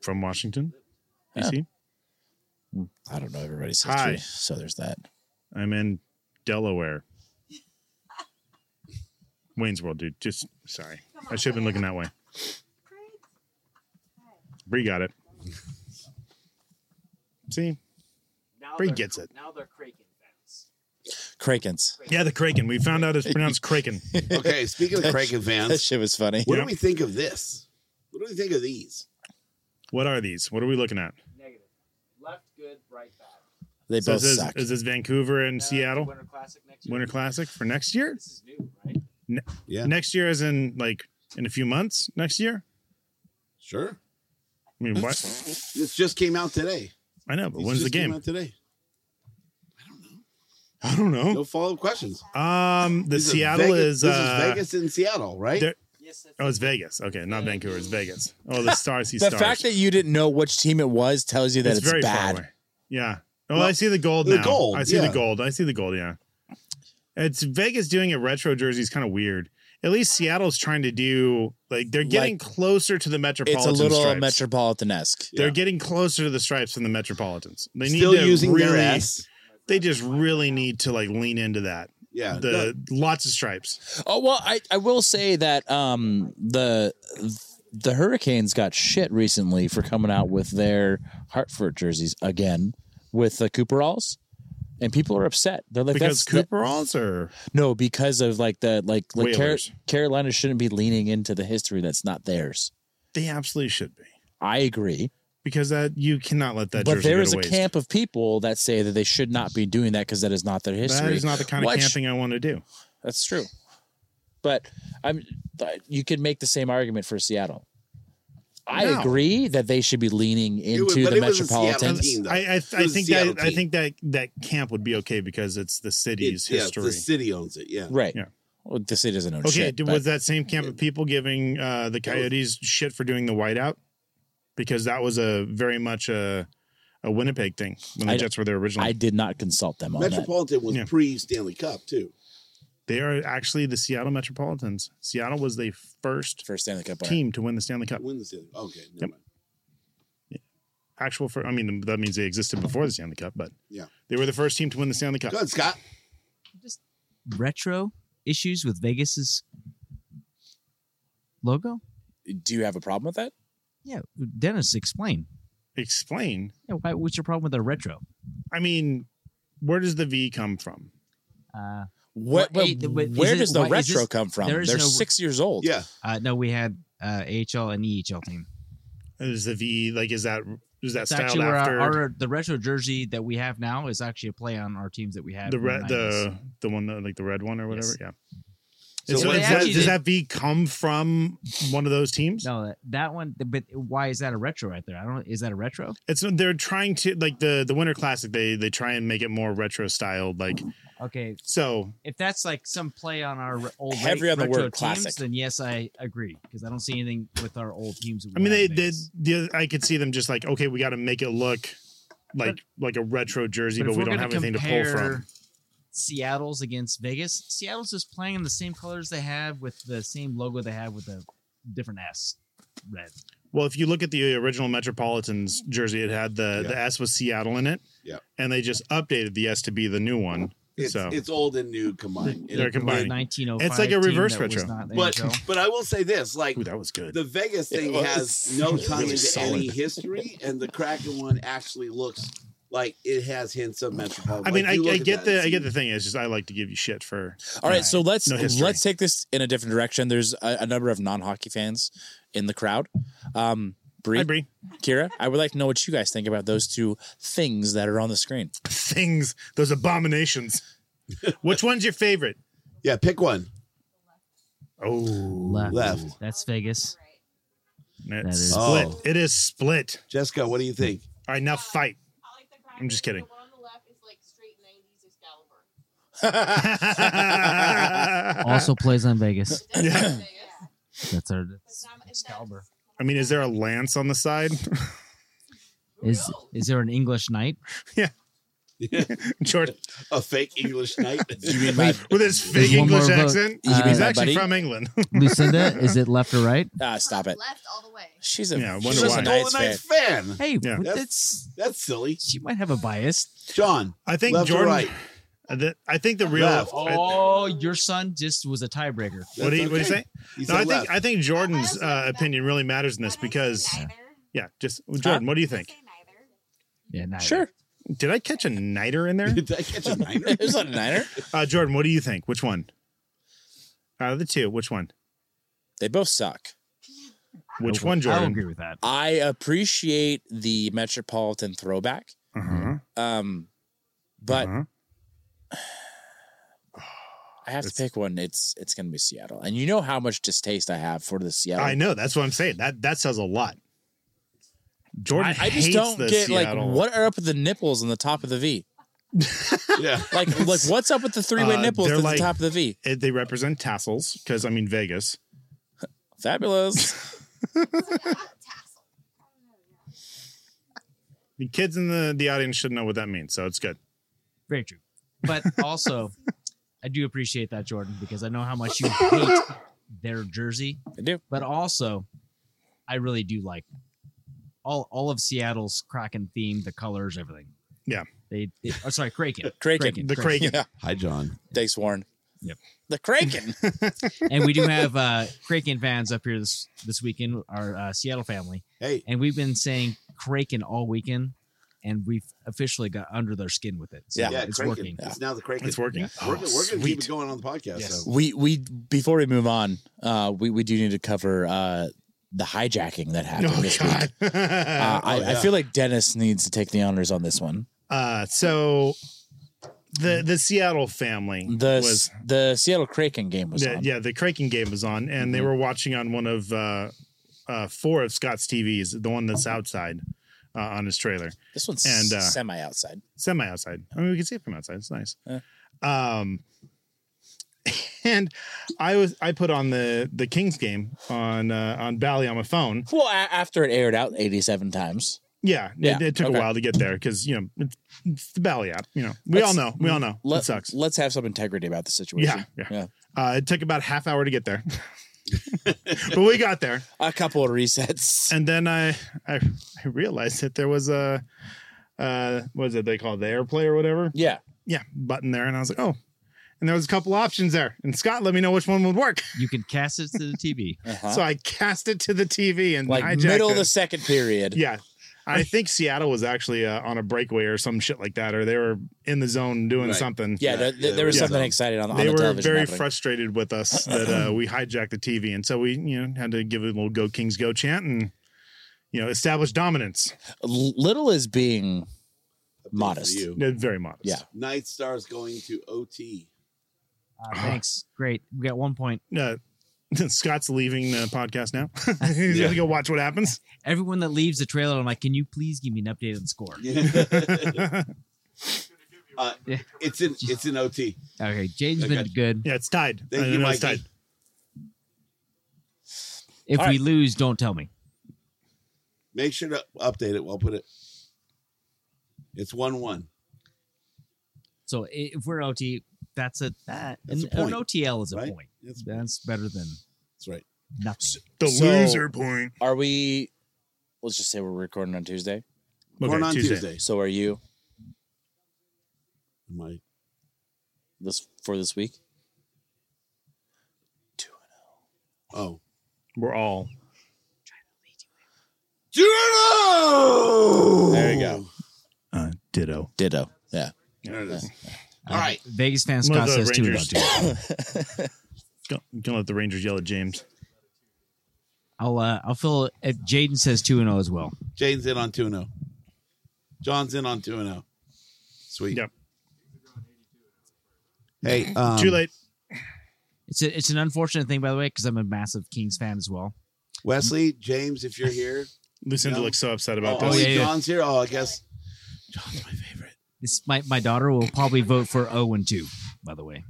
Speaker 3: from Washington, DC.
Speaker 2: I don't know everybody's history.
Speaker 3: Hi.
Speaker 2: So there's that.
Speaker 3: I'm in Delaware. Wayne's World, dude. Just sorry. I should have been looking that way. Bree got it. See?
Speaker 6: Now
Speaker 3: Bree
Speaker 6: they're-
Speaker 3: gets it.
Speaker 6: Now they're craking fans.
Speaker 2: Krakens. (laughs)
Speaker 3: Yeah, the Kraken. We found out it's pronounced Kraken.
Speaker 4: Okay, speaking of Kraken
Speaker 2: That
Speaker 4: fans,
Speaker 2: shit was funny.
Speaker 4: what do we think of this? What do we think of these?
Speaker 3: What are these? What are we looking at?
Speaker 6: Negative. Left good, right bad. Uh,
Speaker 2: They
Speaker 3: So
Speaker 2: both
Speaker 3: is, this,
Speaker 2: suck.
Speaker 3: is this Vancouver and Seattle
Speaker 6: Winter Classic next year.
Speaker 3: Winter Classic for next year?
Speaker 6: This is new, right?
Speaker 4: Yeah.
Speaker 3: Next year, as in like in a few months next year?
Speaker 4: Sure.
Speaker 3: I mean, what?
Speaker 4: This just came out today.
Speaker 3: I know, but
Speaker 4: These
Speaker 3: when's the
Speaker 4: just came
Speaker 3: game?
Speaker 4: out today.
Speaker 3: I don't know.
Speaker 4: No follow up questions.
Speaker 3: Um, the
Speaker 4: These are
Speaker 3: Seattle
Speaker 4: Vegas-
Speaker 3: is,
Speaker 4: This
Speaker 3: uh,
Speaker 4: is Vegas and Seattle, right?
Speaker 3: they're-
Speaker 6: Yes, that's
Speaker 3: Oh, it's Vegas. Okay, not Vancouver. It's Vegas. Oh,
Speaker 4: (laughs)
Speaker 3: the stars. He
Speaker 2: the
Speaker 3: stars.
Speaker 2: fact that you didn't know which team it was tells you that it's, bad.
Speaker 3: Yeah. Oh,
Speaker 4: Well,
Speaker 3: I see the gold
Speaker 4: the
Speaker 3: now.
Speaker 4: gold,
Speaker 3: I see
Speaker 4: yeah.
Speaker 3: the gold. I see the gold. Yeah. It's Vegas doing a retro jersey is kind of weird. At least Seattle's trying to do like they're getting
Speaker 2: Like,
Speaker 3: closer to the metropolitan.
Speaker 2: It's a little
Speaker 3: stripes.
Speaker 2: metropolitan esque.
Speaker 3: They're
Speaker 4: Yeah.
Speaker 3: getting closer to the stripes than the metropolitans. They need
Speaker 4: Still
Speaker 3: to
Speaker 4: using
Speaker 3: really,
Speaker 4: their ass.
Speaker 3: They just really need to like lean into that.
Speaker 4: Yeah.
Speaker 3: The lots of stripes.
Speaker 2: Oh well, I, I will say that um the the Hurricanes got shit recently for coming out with their Hartford jerseys again with the Cooperalls, and people are upset. They're like,
Speaker 3: because
Speaker 2: that's that-
Speaker 3: Cooperalls or
Speaker 2: no, because of like the like like Car-
Speaker 3: Whalers.
Speaker 2: Carolina shouldn't be leaning into the history that's not theirs.
Speaker 3: they absolutely should be.
Speaker 2: I agree,
Speaker 3: Because that you cannot let that
Speaker 2: but
Speaker 3: jersey
Speaker 2: there
Speaker 3: go
Speaker 2: is
Speaker 3: to
Speaker 2: a
Speaker 3: waste.
Speaker 2: camp of people that say that they should not be doing that because that is not their history.
Speaker 3: That is not the kind of
Speaker 2: Which-
Speaker 3: camping I want to do.
Speaker 2: That's true, but I'm but you could make the same argument for Seattle. I
Speaker 3: No.
Speaker 2: agree that they should be leaning into
Speaker 4: was- but
Speaker 2: the
Speaker 4: it was a Seattle
Speaker 2: metropolitan.
Speaker 4: team. though.
Speaker 3: I, I, I
Speaker 4: It was
Speaker 3: think
Speaker 4: Seattle
Speaker 3: that I
Speaker 4: team.
Speaker 3: think that that camp would be okay because it's the city's
Speaker 4: It- yeah,
Speaker 3: history.
Speaker 4: the city owns it. Yeah.
Speaker 2: Right.
Speaker 3: Yeah.
Speaker 2: Well, the city doesn't own
Speaker 3: okay,
Speaker 2: shit.
Speaker 3: d-
Speaker 2: but-
Speaker 3: was that same camp of people giving uh, the Coyotes shit for doing the whiteout? Because that was a very much a a Winnipeg thing when the
Speaker 2: I-
Speaker 3: Jets were there originally.
Speaker 2: I did not consult them on that.
Speaker 4: Metropolitan was
Speaker 3: Yeah.
Speaker 4: pre Stanley Cup too.
Speaker 3: they are actually the Seattle Metropolitans. Seattle was the first
Speaker 2: First Stanley Cup.
Speaker 3: team to win the Stanley Cup.
Speaker 4: When the Stanley. Okay. Never
Speaker 3: Yep.
Speaker 4: mind.
Speaker 3: Actual, fir- I mean that means they existed before the Stanley Cup, but
Speaker 4: Yeah.
Speaker 3: they were the first team to win the Stanley Cup.
Speaker 4: Good, Scott.
Speaker 11: retro issues with Vegas's logo?
Speaker 2: Do you have a problem with that?
Speaker 11: Yeah, Dennis, explain.
Speaker 3: Explain.
Speaker 11: Yeah, why, what's your problem with a retro?
Speaker 3: I mean, where does the V come from?
Speaker 11: Uh,
Speaker 2: What,
Speaker 11: What- wait, wait, is
Speaker 2: where
Speaker 11: it-
Speaker 2: does the
Speaker 11: why- is
Speaker 2: retro
Speaker 11: this-
Speaker 2: come from?
Speaker 11: there
Speaker 2: They're
Speaker 11: is no-
Speaker 2: six years old.
Speaker 4: Yeah.
Speaker 11: uh, no, we had uh, AHL and EHL team.
Speaker 3: Is the V like is that is that
Speaker 11: It's
Speaker 3: styled
Speaker 11: actually where our,
Speaker 3: after
Speaker 11: our the retro jersey that we have now is actually a play on our teams that we had.
Speaker 3: the
Speaker 11: in
Speaker 3: red
Speaker 11: 90s.
Speaker 3: the the one that like the red one or whatever?
Speaker 11: Yes.
Speaker 3: Yeah.
Speaker 4: So
Speaker 3: Is- is
Speaker 4: what they
Speaker 3: that-
Speaker 11: actually
Speaker 3: does
Speaker 11: did-
Speaker 3: that V come from one of those teams?
Speaker 11: no that, that one. But why is that a retro right there? I don't. Is that a retro?
Speaker 3: It's they're trying to like the the Winter Classic. They they try and make it more retro styled. Like
Speaker 11: Okay,
Speaker 3: so,
Speaker 11: if that's like some play on our re- old
Speaker 2: Heavy
Speaker 11: re-
Speaker 2: on the
Speaker 11: retro
Speaker 2: word
Speaker 11: teams,
Speaker 2: classic.
Speaker 11: then yes, I agree because I don't see anything with our old teams. that we
Speaker 3: I mean,
Speaker 11: had
Speaker 3: they
Speaker 11: in
Speaker 3: did. The,
Speaker 11: Vegas.
Speaker 3: I could see them just like okay, we got to make it look like like a retro jersey,
Speaker 11: But
Speaker 3: but,
Speaker 11: if
Speaker 3: we
Speaker 11: we're
Speaker 3: don't
Speaker 11: gonna
Speaker 3: have anything to pull from.
Speaker 11: compare Seattle's against Vegas. Seattle's just playing in the same colors they have with the same logo they have with a different S red.
Speaker 3: Well, if you look at the original Metropolitans jersey, it had the the S with Seattle in it.
Speaker 4: Yeah.
Speaker 3: and they just updated the S to be the new one.
Speaker 4: It's,
Speaker 3: so
Speaker 4: it's old and new combined.
Speaker 3: They're
Speaker 4: It-
Speaker 3: combined.
Speaker 11: oh
Speaker 3: It's like a reverse retro.
Speaker 4: But (laughs) but I will say this: like
Speaker 3: that was good.
Speaker 4: The Vegas
Speaker 3: It
Speaker 4: thing
Speaker 3: was.
Speaker 4: has no tie
Speaker 3: Really
Speaker 4: into any
Speaker 3: solid.
Speaker 4: history, and the Kraken one actually looks like it has hints of metropolitan.
Speaker 3: I mean,
Speaker 4: Like, you
Speaker 3: I, I
Speaker 4: look at
Speaker 3: get
Speaker 4: that and
Speaker 3: the I
Speaker 4: see-
Speaker 3: get the thing. It's just I like to give you shit for.
Speaker 2: All right, so let's
Speaker 3: No history.
Speaker 2: let's take this in a different direction. There's a, a number of non-hockey fans in the crowd. Um, Bree,
Speaker 3: Hi, Bree.
Speaker 2: Kira, I would like to know what you guys think about those two things that are on the screen.
Speaker 3: things, those
Speaker 4: (laughs)
Speaker 3: abominations. Which one's your favorite?
Speaker 4: Yeah, pick one.
Speaker 3: Oh, left.
Speaker 4: Left.
Speaker 11: That's Vegas.
Speaker 3: It's
Speaker 11: is-
Speaker 3: split.
Speaker 4: Oh.
Speaker 3: It is split.
Speaker 4: Jessica, what do you think? (laughs)
Speaker 3: All right, now fight. I'm just kidding. (laughs)
Speaker 11: also plays on Vegas.
Speaker 3: Yeah.
Speaker 11: That's our that's Excalibur.
Speaker 3: I mean, is there a lance on the side? (laughs)
Speaker 11: Is is there an English knight?
Speaker 3: Yeah. George,
Speaker 4: a fake English knight. you
Speaker 2: mean
Speaker 11: my-
Speaker 3: with his
Speaker 11: There's
Speaker 3: fake
Speaker 11: one more
Speaker 3: English
Speaker 11: vote.
Speaker 3: accent?
Speaker 11: You mean
Speaker 3: He's
Speaker 11: my
Speaker 3: actually
Speaker 11: buddy?
Speaker 3: from England. (laughs)
Speaker 11: Lucinda, is it left or right?
Speaker 2: Ah, stop it. Left all the way. She's a
Speaker 3: Yeah, I
Speaker 2: yeah,
Speaker 3: wonder
Speaker 2: she's just
Speaker 3: why.
Speaker 2: a
Speaker 3: Golden
Speaker 2: Knights fan.
Speaker 3: Knights
Speaker 4: fan.
Speaker 11: Hey,
Speaker 3: Yeah.
Speaker 11: what-
Speaker 3: That's-
Speaker 11: that's
Speaker 4: That's silly.
Speaker 11: she might have a bias.
Speaker 4: John,
Speaker 3: I think
Speaker 4: left or
Speaker 3: Jordan.
Speaker 4: right?
Speaker 3: uh, the- I think the real.
Speaker 4: Left.
Speaker 3: I-
Speaker 11: Oh, your son just was a tiebreaker.
Speaker 3: What do you what do you
Speaker 4: okay.
Speaker 3: say?
Speaker 4: He
Speaker 3: No,
Speaker 4: said
Speaker 3: I think
Speaker 4: left.
Speaker 3: I think Jordan's uh, opinion really matters in this because yeah, just Jordan, what do you think?
Speaker 11: Yeah, neither.
Speaker 2: Sure.
Speaker 3: Did I catch a niter
Speaker 4: (laughs)
Speaker 3: in there?
Speaker 4: (laughs) Did I catch a niner?
Speaker 2: It's not a Niner.
Speaker 3: Uh, Jordan, what do you think? Which one? Out of the two, which one?
Speaker 2: They both suck.
Speaker 3: Which one, Jordan?
Speaker 11: I agree with that.
Speaker 2: I appreciate the Metropolitan throwback.
Speaker 3: Uh-huh.
Speaker 2: Um, but
Speaker 3: Uh-huh.
Speaker 2: I have to pick one. It's it's gonna be Seattle, and you know how much distaste I have for the Seattle.
Speaker 3: I know that's what I'm saying. That that says a lot. Jordan,
Speaker 2: I, I just
Speaker 3: hates
Speaker 2: don't
Speaker 3: the
Speaker 2: get
Speaker 3: Seattle.
Speaker 2: like what are up with the nipples on the top of the V?
Speaker 4: Yeah.
Speaker 2: Like like what's up with the three way
Speaker 3: Uh,
Speaker 2: nipples
Speaker 3: they're
Speaker 2: at
Speaker 3: like-
Speaker 2: the top of the V?
Speaker 3: It- they represent tassels because I mean Vegas.
Speaker 2: (laughs) Fabulous.
Speaker 3: The kids in the the audience should know what that means, so it's good.
Speaker 11: Very true. But
Speaker 3: (laughs)
Speaker 11: also, I do appreciate that, Jordan, because I know how much you hate their jersey.
Speaker 2: I do.
Speaker 11: But also, I really do like all all of Seattle's Kraken theme, the colors, everything.
Speaker 3: Yeah.
Speaker 11: They, they oh, sorry, Kraken.
Speaker 2: Kraken.
Speaker 3: The Kraken.
Speaker 2: Yeah.
Speaker 5: Hi, John.
Speaker 2: Thanks, Warren.
Speaker 11: Yep.
Speaker 2: The Kraken.
Speaker 11: and
Speaker 3: (laughs)
Speaker 11: we do have uh Kraken fans up here this this weekend, our uh, Seattle family,
Speaker 4: Hey,
Speaker 11: and we've been saying Kraken all weekend, and we've officially got under their skin with it. So
Speaker 2: Yeah.
Speaker 4: yeah,
Speaker 11: it's
Speaker 4: Kraken.
Speaker 11: working.
Speaker 4: It's now the Kraken.
Speaker 3: It's working.
Speaker 4: We're, gonna- we're going to keep
Speaker 3: Sweet.
Speaker 4: it going on the podcast.
Speaker 11: Yes.
Speaker 2: (laughs)
Speaker 4: So.
Speaker 2: we we before we move on, uh, we we do need to cover uh the hijacking that happened
Speaker 3: Oh
Speaker 2: this week.
Speaker 3: God.
Speaker 2: Uh, I,
Speaker 4: Oh, yeah.
Speaker 2: I feel like Dennis needs to take the honors on this one.
Speaker 3: (laughs) Uh, so the the Seattle family
Speaker 2: The
Speaker 3: was
Speaker 2: the Seattle Kraken game was
Speaker 3: the,
Speaker 2: on.
Speaker 3: yeah the Kraken game was on, and they
Speaker 2: Mhm.
Speaker 3: were watching on one of uh, uh, four of Scott's TVs, the one that's outside uh, on his trailer,
Speaker 2: This one's
Speaker 3: And, uh,
Speaker 2: semi outside.
Speaker 3: semi outside. I mean, we can see it from outside. It's nice.
Speaker 2: Yeah.
Speaker 3: Um, and I was I put on the the Kings game on uh, on Bally on my phone.
Speaker 2: Well, a- after it aired out 87 times.
Speaker 3: Yeah, it-
Speaker 2: Yeah,
Speaker 3: It, took
Speaker 2: okay.
Speaker 3: a while to get there because you know it's, it's the Bally app. You know, we
Speaker 2: Let's-
Speaker 3: all know. We all know.
Speaker 2: Let,
Speaker 3: it sucks.
Speaker 2: Let's have some integrity about the situation.
Speaker 3: Yeah, Uh, it took about half hour to
Speaker 2: (laughs)
Speaker 3: get there, but we got there.
Speaker 2: A couple of resets.
Speaker 3: And then I, I, I realized that there was a, uh, what is it they call it, the AirPlay or whatever?
Speaker 2: yeah.
Speaker 3: Yeah, button there, and I was like, oh. And there was a couple options there, and Scott let me know which one would work.
Speaker 11: You can cast it to the TV.
Speaker 2: Uh-huh.
Speaker 3: So I cast it to the TV and
Speaker 2: like
Speaker 3: hijacked
Speaker 2: middle
Speaker 3: it.
Speaker 2: of the second period.
Speaker 3: (laughs) Yeah.
Speaker 2: (laughs)
Speaker 3: I think Seattle was actually uh, on a breakaway or some shit like that, or they were in the zone doing
Speaker 4: Right.
Speaker 3: something.
Speaker 2: Yeah,
Speaker 4: Yeah,
Speaker 2: there, there
Speaker 4: yeah,
Speaker 2: was
Speaker 3: yeah.
Speaker 2: something exciting on, on
Speaker 3: They
Speaker 2: the
Speaker 3: were
Speaker 2: television.
Speaker 3: very
Speaker 2: happening.
Speaker 3: frustrated
Speaker 2: (laughs)
Speaker 3: with us that uh, we hijacked the TV, and so we, you know, had to give a little "Go Kings, Go" chant and, you know, establish dominance.
Speaker 2: L- Little is being modest.
Speaker 4: For you.
Speaker 3: Yeah, Uh, Very modest.
Speaker 2: Yeah.
Speaker 4: Night Stars going to OT.
Speaker 11: Uh, thanks. Great. We got one point.
Speaker 3: Uh, (laughs) Scott's leaving the podcast
Speaker 2: (laughs)
Speaker 3: now. (laughs) He's gonna go watch what happens. (laughs)
Speaker 11: Everyone that leaves the trailer, I'm like, can you please give me an update on the score?
Speaker 4: uh,
Speaker 3: yeah,
Speaker 11: Yeah.
Speaker 4: it's in it's in OT.
Speaker 11: Okay, Jaden's
Speaker 4: I
Speaker 11: been
Speaker 4: got
Speaker 11: good.
Speaker 3: it's tied.
Speaker 4: Thank
Speaker 3: I
Speaker 4: you,
Speaker 3: know it's
Speaker 4: Mikey.
Speaker 3: tied.
Speaker 11: If
Speaker 2: All
Speaker 11: we
Speaker 2: right.
Speaker 11: lose, don't tell me.
Speaker 4: Make sure to update it. We'll put it. It's one one.
Speaker 11: So i- if we're OT, that's a that
Speaker 4: That's
Speaker 11: and
Speaker 4: a point,
Speaker 11: an OTL is a
Speaker 4: right?
Speaker 11: point.
Speaker 4: That's,
Speaker 11: better than
Speaker 4: that's right.
Speaker 11: nothing.
Speaker 2: So, Are we? Let's just say we're recording on Tuesday.
Speaker 4: Recording Okay, on Tuesday. Tuesday.
Speaker 2: So are you?
Speaker 4: My
Speaker 2: this for this week.
Speaker 4: Oh,
Speaker 3: we're all.
Speaker 4: Juno.
Speaker 2: There you go.
Speaker 1: Uh, ditto.
Speaker 2: Ditto. Yeah.
Speaker 4: There it is.
Speaker 11: All right. Vegas fan Scott says two about two.
Speaker 3: (coughs) Gonna gonna let the Rangers yell at James.
Speaker 11: I'll uh, I'll fill. If Jaden says two and zero as well.
Speaker 4: Jane's in on two and zero. John's in on two and zero. Sweet.
Speaker 3: Yep.
Speaker 4: Hey, um,
Speaker 3: Too late.
Speaker 11: It's a, it's an unfortunate thing by the way because I'm a massive Kings fan as well.
Speaker 4: Wesley, James, if you're here,
Speaker 3: Lucinda looks so upset about
Speaker 4: oh,
Speaker 3: this.
Speaker 4: only John's here. Oh, I guess
Speaker 11: This my my daughter will probably vote for zero and two. By the way,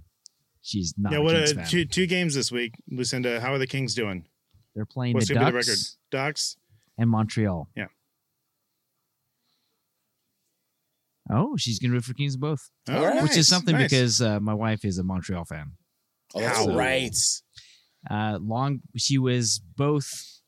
Speaker 11: she's not.
Speaker 3: yeah,
Speaker 11: a
Speaker 3: what
Speaker 11: Kings
Speaker 3: a,
Speaker 11: fan.
Speaker 3: two two games this week, Lucinda. How are the Kings doing?
Speaker 11: They're playing
Speaker 3: What's
Speaker 11: the
Speaker 3: gonna
Speaker 11: Ducks
Speaker 3: be the record? Ducks.
Speaker 11: and Montreal.
Speaker 3: Yeah.
Speaker 11: Oh, she's gonna root for Kings in both,
Speaker 3: Oh, All right.
Speaker 11: which
Speaker 3: nice,
Speaker 11: is something
Speaker 3: nice.
Speaker 11: because uh, my wife is a Montreal fan.
Speaker 2: Oh, that's
Speaker 11: Ow.
Speaker 2: right.
Speaker 11: Uh, long she was both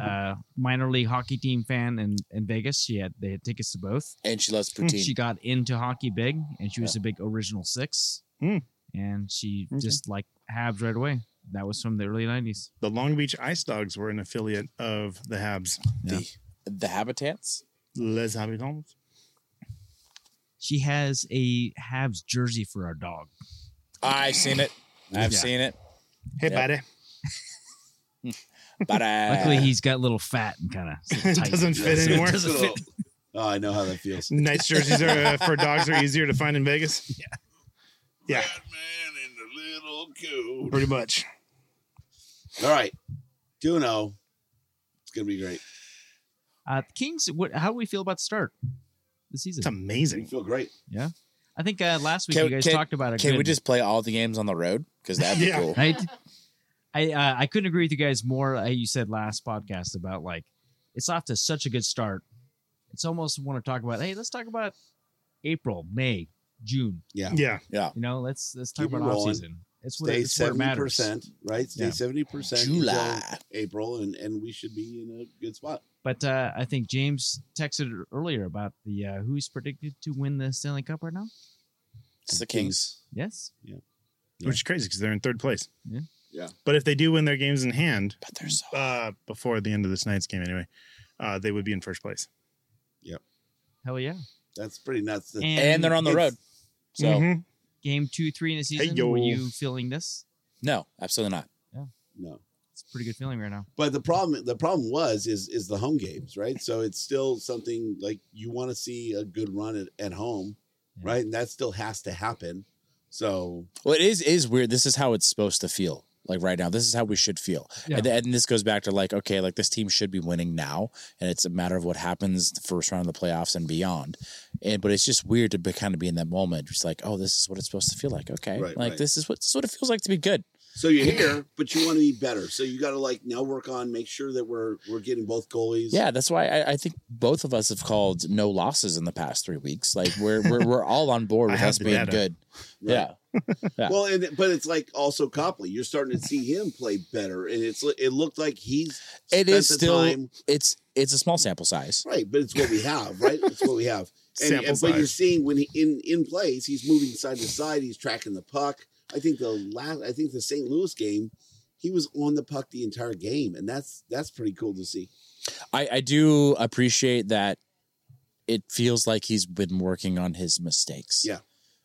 Speaker 11: uh, minor league hockey team fan in, in Vegas. She had they had tickets to both.
Speaker 2: And she loves poutine.
Speaker 11: She got into hockey big, and she was a big original six,
Speaker 3: Mm.
Speaker 11: and she just like Habs right away. That was from the early nineties.
Speaker 3: The Long Beach Ice Dogs were an affiliate of the Habs.
Speaker 2: The the Habitats.
Speaker 3: Les Habitants.
Speaker 11: She has a Habs jersey for our dog.
Speaker 2: I've seen it. I've
Speaker 11: Yeah.
Speaker 2: seen it.
Speaker 3: Hey,
Speaker 2: Yep.
Speaker 3: buddy. (laughs)
Speaker 2: But uh,
Speaker 11: Luckily, he's got a little fat and kind
Speaker 3: (laughs)
Speaker 11: of
Speaker 3: Doesn't
Speaker 4: (laughs)
Speaker 3: fit anymore.
Speaker 11: Doesn't fit.
Speaker 4: Oh, I know how that feels.
Speaker 3: Nice jerseys are uh, for dogs are easier to find in Vegas. Yeah. Yeah, pretty much.
Speaker 4: All right. Two and zero. It's gonna be great.
Speaker 11: Uh, Kings, what, how do we feel about the start the season?
Speaker 3: It's amazing.
Speaker 4: You feel great.
Speaker 11: Yeah, I think uh, last week
Speaker 2: Can-
Speaker 11: you guys
Speaker 2: can-
Speaker 11: talked about it.
Speaker 2: Can we just play all the games on the road? Because that'd be
Speaker 3: Yeah.
Speaker 2: cool.
Speaker 11: I I, uh, I couldn't agree with you guys more. Uh, you said last podcast about like it's off to such a good start. It's almost want to talk about. Hey, let's talk about April, May, June.
Speaker 4: Yeah.
Speaker 3: Yeah,
Speaker 2: Yeah.
Speaker 11: You know, let's let's talk
Speaker 4: Keep it
Speaker 11: about off
Speaker 4: rolling.
Speaker 11: season. It's what,
Speaker 4: Stay
Speaker 11: it's where it
Speaker 4: seventy
Speaker 11: matters.
Speaker 4: percent, right? Stay
Speaker 11: Yeah.
Speaker 4: seventy percent
Speaker 2: July.
Speaker 4: April, and and we should be in a good spot.
Speaker 11: But uh, I think James texted earlier about the uh, who's predicted to win the Stanley Cup right now.
Speaker 2: It's the Kings.
Speaker 11: Yes,
Speaker 3: which is crazy because they're in third place.
Speaker 11: Yeah.
Speaker 4: Yeah.
Speaker 3: But if they do win their games in hand
Speaker 2: But they're so
Speaker 3: uh, before the end of this night's game, anyway, uh, they would be in first place.
Speaker 11: hell yeah.
Speaker 4: That's pretty nuts. That-
Speaker 2: and they're on the
Speaker 4: It's-
Speaker 2: road. So
Speaker 3: Mhm.
Speaker 11: game two, three in the season.
Speaker 3: yo.
Speaker 11: were you feeling this?
Speaker 2: no, absolutely not.
Speaker 4: no,
Speaker 11: It's a pretty good feeling right now.
Speaker 4: but the problem the problem was is is the home games, right? So it's still something like you want to see a good run at, at home,
Speaker 11: Yeah.
Speaker 4: right? And that still has to happen. So
Speaker 2: Well, it is it is weird. This is how it's supposed to feel. Like right now, this is how we should feel.
Speaker 11: Yeah.
Speaker 2: And, and this goes back to like, okay, like this team should be winning now, and it's a matter of what happens the first round of the playoffs and beyond. And but it's just weird to be, kind of be in that moment. It's like, oh, this is what it's supposed to feel like. Okay,
Speaker 4: Right,
Speaker 2: like
Speaker 4: right.
Speaker 2: this is what this is what it feels like to be good.
Speaker 4: So you're here, but you want to be better. So you got to like now work on make sure that we're we're getting both goalies.
Speaker 2: Yeah, that's why I, I think both of us have called no losses in the past three weeks. Like we're we're, we're all on board
Speaker 3: I
Speaker 2: with
Speaker 3: have
Speaker 2: us
Speaker 3: the
Speaker 2: being
Speaker 3: data.
Speaker 2: good.
Speaker 4: Right.
Speaker 2: Yeah, yeah.
Speaker 4: Well, and but it's like also Copley. You're starting to see him play better, and it's it looked like he's
Speaker 2: It
Speaker 4: spent
Speaker 2: is
Speaker 4: the
Speaker 2: still-
Speaker 4: time,
Speaker 2: it's it's a small sample size.
Speaker 4: right, but it's what we have, right? It's what we
Speaker 2: (laughs)
Speaker 4: have. And,
Speaker 3: Sample
Speaker 4: and- but you're
Speaker 3: size.
Speaker 4: seeing when he in in plays, he's moving side to side. He's tracking the puck. I think the last, I think the St. Louis game, he was on the puck the entire game, and that's that's pretty cool to see.
Speaker 2: I, I do appreciate that it feels like he's been working on his mistakes.
Speaker 4: Yeah.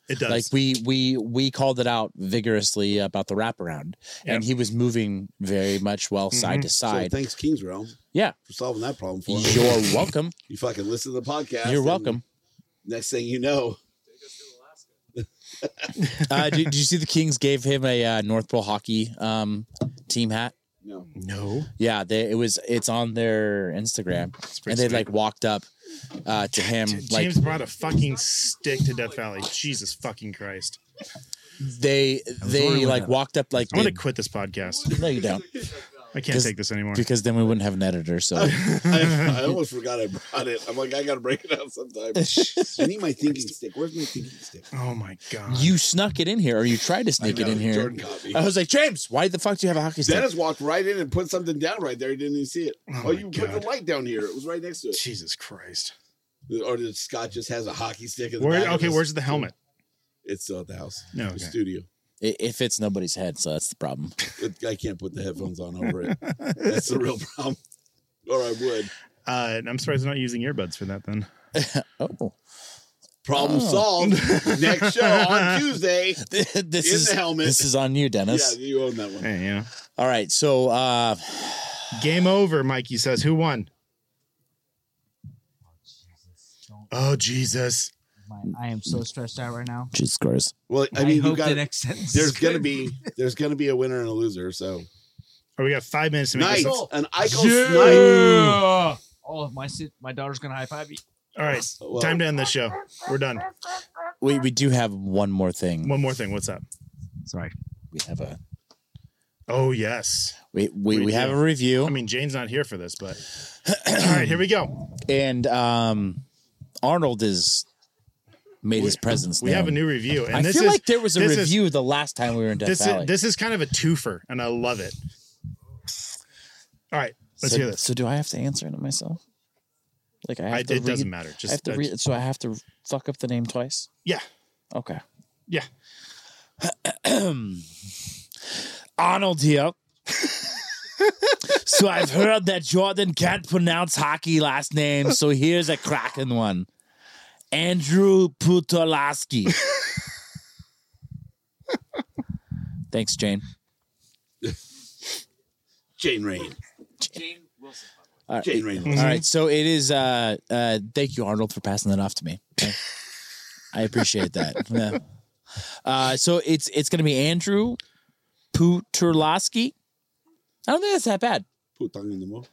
Speaker 3: It does.
Speaker 2: Like we we we called it out vigorously about the wraparound, and
Speaker 3: Yep.
Speaker 2: he was moving very much well side to
Speaker 4: So
Speaker 2: side.
Speaker 4: thanks, Kings Realm,
Speaker 2: yeah,
Speaker 4: for solving that problem for us.
Speaker 2: you're welcome.
Speaker 4: You fucking listen to the podcast.
Speaker 2: You're
Speaker 4: and
Speaker 2: welcome.
Speaker 4: Next thing you know,
Speaker 2: Uh, did, did you see the Kings gave him a uh, North Pole hockey um, team hat?
Speaker 4: no.
Speaker 3: no.
Speaker 2: Yeah, they, it was. It's on their Instagram,
Speaker 3: Mm-hmm.
Speaker 2: and they like walked up uh, to him,
Speaker 3: J-
Speaker 2: like
Speaker 3: James brought a fucking stick to Death Valley. Jesus fucking Christ!
Speaker 2: they
Speaker 11: wondering
Speaker 2: they
Speaker 11: what
Speaker 2: like
Speaker 11: happened.
Speaker 2: walked up, like
Speaker 3: I'm
Speaker 2: they-
Speaker 3: gonna quit this podcast.
Speaker 2: no, you don't.
Speaker 3: I can't take this anymore.
Speaker 2: Because then we wouldn't have an editor. So
Speaker 4: I, I almost forgot I brought it. I'm like, I gotta break it out sometime. I need my thinking stick. Where's my thinking stick?
Speaker 3: (laughs) Oh my god!
Speaker 2: you snuck it in here, or you tried to sneak it
Speaker 4: know,
Speaker 2: in here. Uh,
Speaker 4: Jordan got me.
Speaker 2: I was like, James, why the fuck do you have a hockey stick?
Speaker 4: Dennis walked right in and put something down right there. He didn't even see it.
Speaker 3: Oh
Speaker 4: Oh,
Speaker 3: my
Speaker 4: you put
Speaker 3: God.
Speaker 4: the light down here. It was right next to it.
Speaker 3: Jesus Christ!
Speaker 4: Or did Scott just has a hockey stick? In the
Speaker 3: Where?
Speaker 4: back of
Speaker 3: Okay,
Speaker 4: his-
Speaker 3: where's the helmet?
Speaker 4: It's still at the house.
Speaker 3: No,
Speaker 4: The
Speaker 3: okay.
Speaker 4: studio.
Speaker 2: It, it fits nobody's head, so that's the problem.
Speaker 4: It- I can't put the headphones on over it. That's the real problem. Or I would.
Speaker 3: Uh, and I'm surprised they're not using earbuds for that. Then
Speaker 2: Oh, (laughs) Oh.
Speaker 4: Problem solved. Next show on Tuesday.
Speaker 2: this
Speaker 4: In
Speaker 2: is
Speaker 4: the helmet.
Speaker 2: This is on you,
Speaker 4: Yeah,
Speaker 2: Dennis.
Speaker 4: you own that one.
Speaker 3: Hey, yeah.
Speaker 2: All right, so uh, (sighs)
Speaker 3: Game over, Mikey says. Who won? Oh Jesus!
Speaker 11: My, I am so stressed out right now.
Speaker 2: Jesus Christ.
Speaker 4: Well, I
Speaker 11: I,
Speaker 4: mean, you
Speaker 11: hope
Speaker 4: got.
Speaker 11: the next sentence.
Speaker 4: There's
Speaker 11: is
Speaker 4: gonna
Speaker 11: good.
Speaker 4: be there's gonna be a winner and a loser. So
Speaker 3: Oh, we got five minutes to make
Speaker 4: nice,
Speaker 3: this. All
Speaker 4: an Eichel snipe.
Speaker 11: Yeah. Oh, if my si- my daughter's gonna high five me.
Speaker 3: right,
Speaker 4: Well-
Speaker 3: time to end this show. We're done.
Speaker 2: We we do have one more thing.
Speaker 3: One more thing. What's up?
Speaker 11: Sorry.
Speaker 2: We have a
Speaker 3: Oh yes.
Speaker 2: we we,
Speaker 3: We
Speaker 2: we,
Speaker 3: do.
Speaker 2: have a review.
Speaker 3: I mean, Jane's not here for this, but (clears throat) all right, here we go.
Speaker 2: and um, Arnold is made his presence.
Speaker 3: We
Speaker 2: known.
Speaker 3: have a new review, and
Speaker 2: I
Speaker 3: this
Speaker 2: feel
Speaker 3: is
Speaker 2: like there was a
Speaker 3: this is-
Speaker 2: review the last time we were in Death
Speaker 3: this
Speaker 2: Valley.
Speaker 3: is this is kind of a twofer, and I love it. All right, let's
Speaker 2: so,
Speaker 3: hear this.
Speaker 2: So do I have to answer it myself? Like I have
Speaker 3: I,
Speaker 2: to
Speaker 3: it
Speaker 2: read,
Speaker 3: doesn't matter.
Speaker 2: I have
Speaker 3: Just
Speaker 2: to
Speaker 3: uh,
Speaker 2: read. So I have to fuck up the name twice.
Speaker 3: yeah,
Speaker 2: Okay.
Speaker 3: yeah.
Speaker 2: Arnold here. so I've heard that Jordan can't pronounce hockey last name, so here's a cracking one. Andrew (laughs) Putolaski. Thanks, Jane.
Speaker 4: Jane Rain.
Speaker 6: Jane Wilson.
Speaker 2: All right.
Speaker 4: Jane Rain.
Speaker 3: Mm-hmm.
Speaker 2: All right, so it is. Uh, uh, thank you, Arnold, for passing that off to me. I appreciate that. (laughs) Yeah. Uh, so it's it's going to be Andrew Puterlowski. I don't think that's that bad.
Speaker 4: Put tongue in the mouth.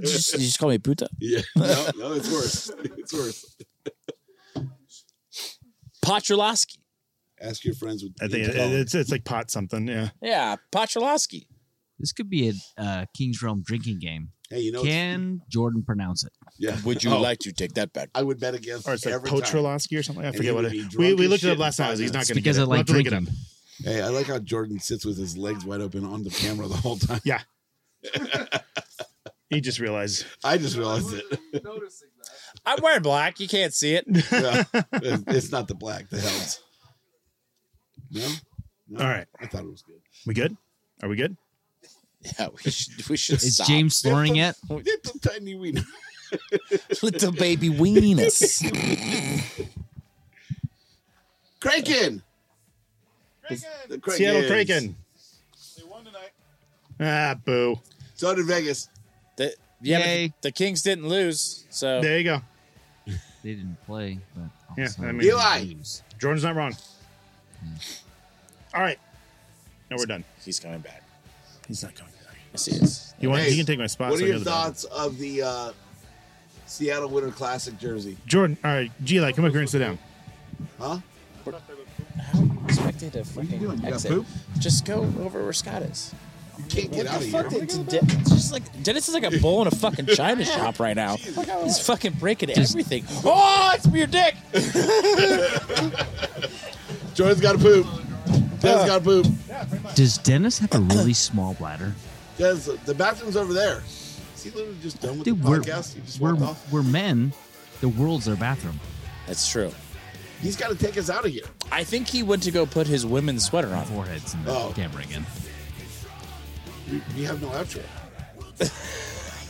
Speaker 2: just, you just call me Puta.
Speaker 4: Yeah. (laughs) No, no, it's worse. It's worse.
Speaker 2: Pacholowski.
Speaker 4: Ask your friends. With
Speaker 3: I think it, it's it's like pot something. Yeah.
Speaker 2: Yeah, Pacholowski.
Speaker 11: This could be a uh, King's Realm drinking game.
Speaker 4: Hey, you know.
Speaker 11: Can Jordan pronounce it?
Speaker 4: yeah. Oh,
Speaker 2: like to take that back?
Speaker 4: I would bet against
Speaker 3: Or it's like
Speaker 4: every time.
Speaker 3: Potrolowski or something. I
Speaker 4: And
Speaker 3: forget
Speaker 4: he
Speaker 3: what
Speaker 4: would be
Speaker 3: it.
Speaker 4: drunk
Speaker 3: We, we
Speaker 4: as
Speaker 3: looked it
Speaker 4: shit
Speaker 3: up last
Speaker 4: in
Speaker 3: night.
Speaker 4: five
Speaker 3: He's not
Speaker 4: minutes.
Speaker 3: going to
Speaker 11: Because
Speaker 3: get
Speaker 11: I
Speaker 3: it. We'll
Speaker 11: like
Speaker 3: have to look it
Speaker 11: drinking.
Speaker 3: up.
Speaker 4: Hey, I like how Jordan sits with his legs wide open on the camera the whole time.
Speaker 3: Yeah.
Speaker 4: (laughs)
Speaker 3: He just realized.
Speaker 4: I just
Speaker 3: (laughs)
Speaker 4: realized it.
Speaker 6: Noticing that.
Speaker 2: I'm wearing black. You can't see (laughs) it.
Speaker 4: Yeah. It's it's not the black that helps. No? no?
Speaker 3: All right,
Speaker 4: I thought it was good.
Speaker 3: we good? Are we good?
Speaker 2: Yeah, we should. We should
Speaker 11: Is
Speaker 2: stop. (laughs)
Speaker 11: James snoring yet?
Speaker 4: Little tiny wiener.
Speaker 2: little baby weenus?
Speaker 4: Kraken! The Krakens.
Speaker 3: Seattle Kraken. Ah, boo.
Speaker 4: So did Vegas.
Speaker 2: The- yeah, but
Speaker 11: Yay.
Speaker 2: the Kings didn't lose, so
Speaker 3: There you go.
Speaker 11: They didn't play, but
Speaker 3: Yeah,
Speaker 11: also
Speaker 3: I mean-
Speaker 4: Eli.
Speaker 11: lose.
Speaker 3: Jordan's not wrong.
Speaker 4: Hmm.
Speaker 3: All right. Now we're done.
Speaker 2: he's coming back.
Speaker 3: He's not coming back.
Speaker 2: Yes, he is.
Speaker 3: He, wants,
Speaker 4: Hey,
Speaker 3: he can take my spot.
Speaker 4: What
Speaker 3: so
Speaker 4: are
Speaker 3: I
Speaker 4: your
Speaker 3: know the ball.
Speaker 4: thoughts of the uh, Seattle Winter Classic jersey?
Speaker 3: Jordan, all right, Eli, come up here and sit down.
Speaker 4: Huh?
Speaker 2: expected to fucking
Speaker 4: doing? You got
Speaker 2: exit.
Speaker 4: poop?
Speaker 2: Just go over where Scott is.
Speaker 4: You can't get out of
Speaker 2: Fuck
Speaker 4: here.
Speaker 2: did Den- it's just like Dennis is like
Speaker 4: (laughs)
Speaker 2: a bull in a fucking china shop right now. He's fucking breaking everything. Oh, it's your dick.
Speaker 4: Jordan's got to poop. Dennis got to poop.
Speaker 11: Does Dennis
Speaker 4: (coughs)
Speaker 11: have a really small bladder?
Speaker 4: Dennis, the bathroom's over there. Is he literally just done with
Speaker 11: Dude,
Speaker 4: the
Speaker 11: we're
Speaker 4: podcast? He just
Speaker 11: we're,
Speaker 4: walked off.
Speaker 11: we're men. The world's our bathroom.
Speaker 2: That's true.
Speaker 4: He's got to take us out of here.
Speaker 2: I think he went to go put his women's sweater (laughs) on.
Speaker 11: Foreheads in the
Speaker 4: Oh.
Speaker 11: camera
Speaker 4: (laughs)
Speaker 11: again.
Speaker 4: We, we have no outro.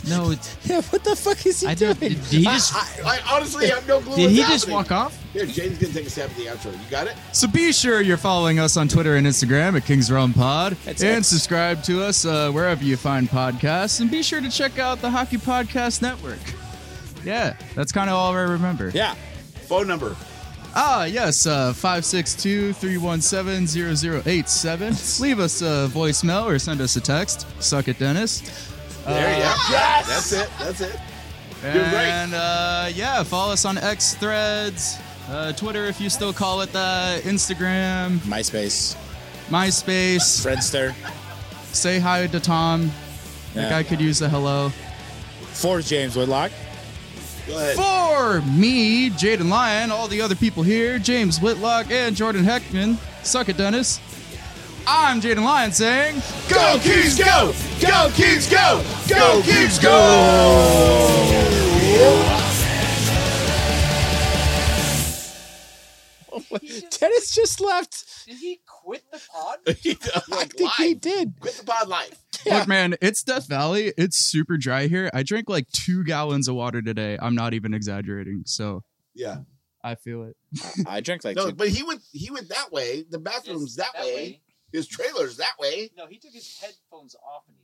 Speaker 11: No, it's,
Speaker 2: Yeah, what the fuck is he
Speaker 11: I
Speaker 2: doing?
Speaker 11: don't. Did he just?
Speaker 4: I, I honestly have no clue.
Speaker 11: Did
Speaker 4: what's
Speaker 11: he just
Speaker 4: happening.
Speaker 11: walk off?
Speaker 4: Here, James gonna take a stab at the outro. You got it?
Speaker 9: So be sure you're following us on Twitter and Instagram at Kings Realm Pod,
Speaker 2: That's
Speaker 9: and
Speaker 2: it.
Speaker 9: subscribe to us uh, wherever you find podcasts. And be sure to check out the Hockey Podcast Network. Yeah, that's kind of all I remember.
Speaker 2: yeah.
Speaker 4: Phone number.
Speaker 9: Ah, yes, uh, 562-317-0087. Leave us a voicemail or send us a text. Suck it, Dennis.
Speaker 4: There you
Speaker 11: Uh,
Speaker 4: go. Yes. That's it. That's it. You're right.
Speaker 9: And uh, yeah, follow us on X Threads, uh, Twitter if you still call it that, Instagram,
Speaker 2: MySpace,
Speaker 9: MySpace,
Speaker 2: Friendster,
Speaker 9: Say hi to Tom. The
Speaker 2: Yeah.
Speaker 9: guy could use a hello.
Speaker 2: For James Whitlock.
Speaker 4: Go ahead.
Speaker 9: For me, Jaden Lyon, all the other people here, James Whitlock and Jordan Heckman. Suck it, Dennis. I'm Jaden Lyon saying, Go Kings, go! Go Kings, go! Go
Speaker 2: (laughs)
Speaker 9: Kings, go!
Speaker 2: Dennis just left.
Speaker 6: Did he quit the pod?
Speaker 4: I think
Speaker 2: he did.
Speaker 4: Quit the pod life.
Speaker 9: Look, man, it's Death Valley. It's super dry here. I drank like two gallons of water today. I'm not even exaggerating. So
Speaker 4: Yeah.
Speaker 9: I feel it.
Speaker 2: I drank like
Speaker 4: No, but he went he went that way. The bathroom's that, way. His trailer's that way.
Speaker 6: No, he took his headphones off and he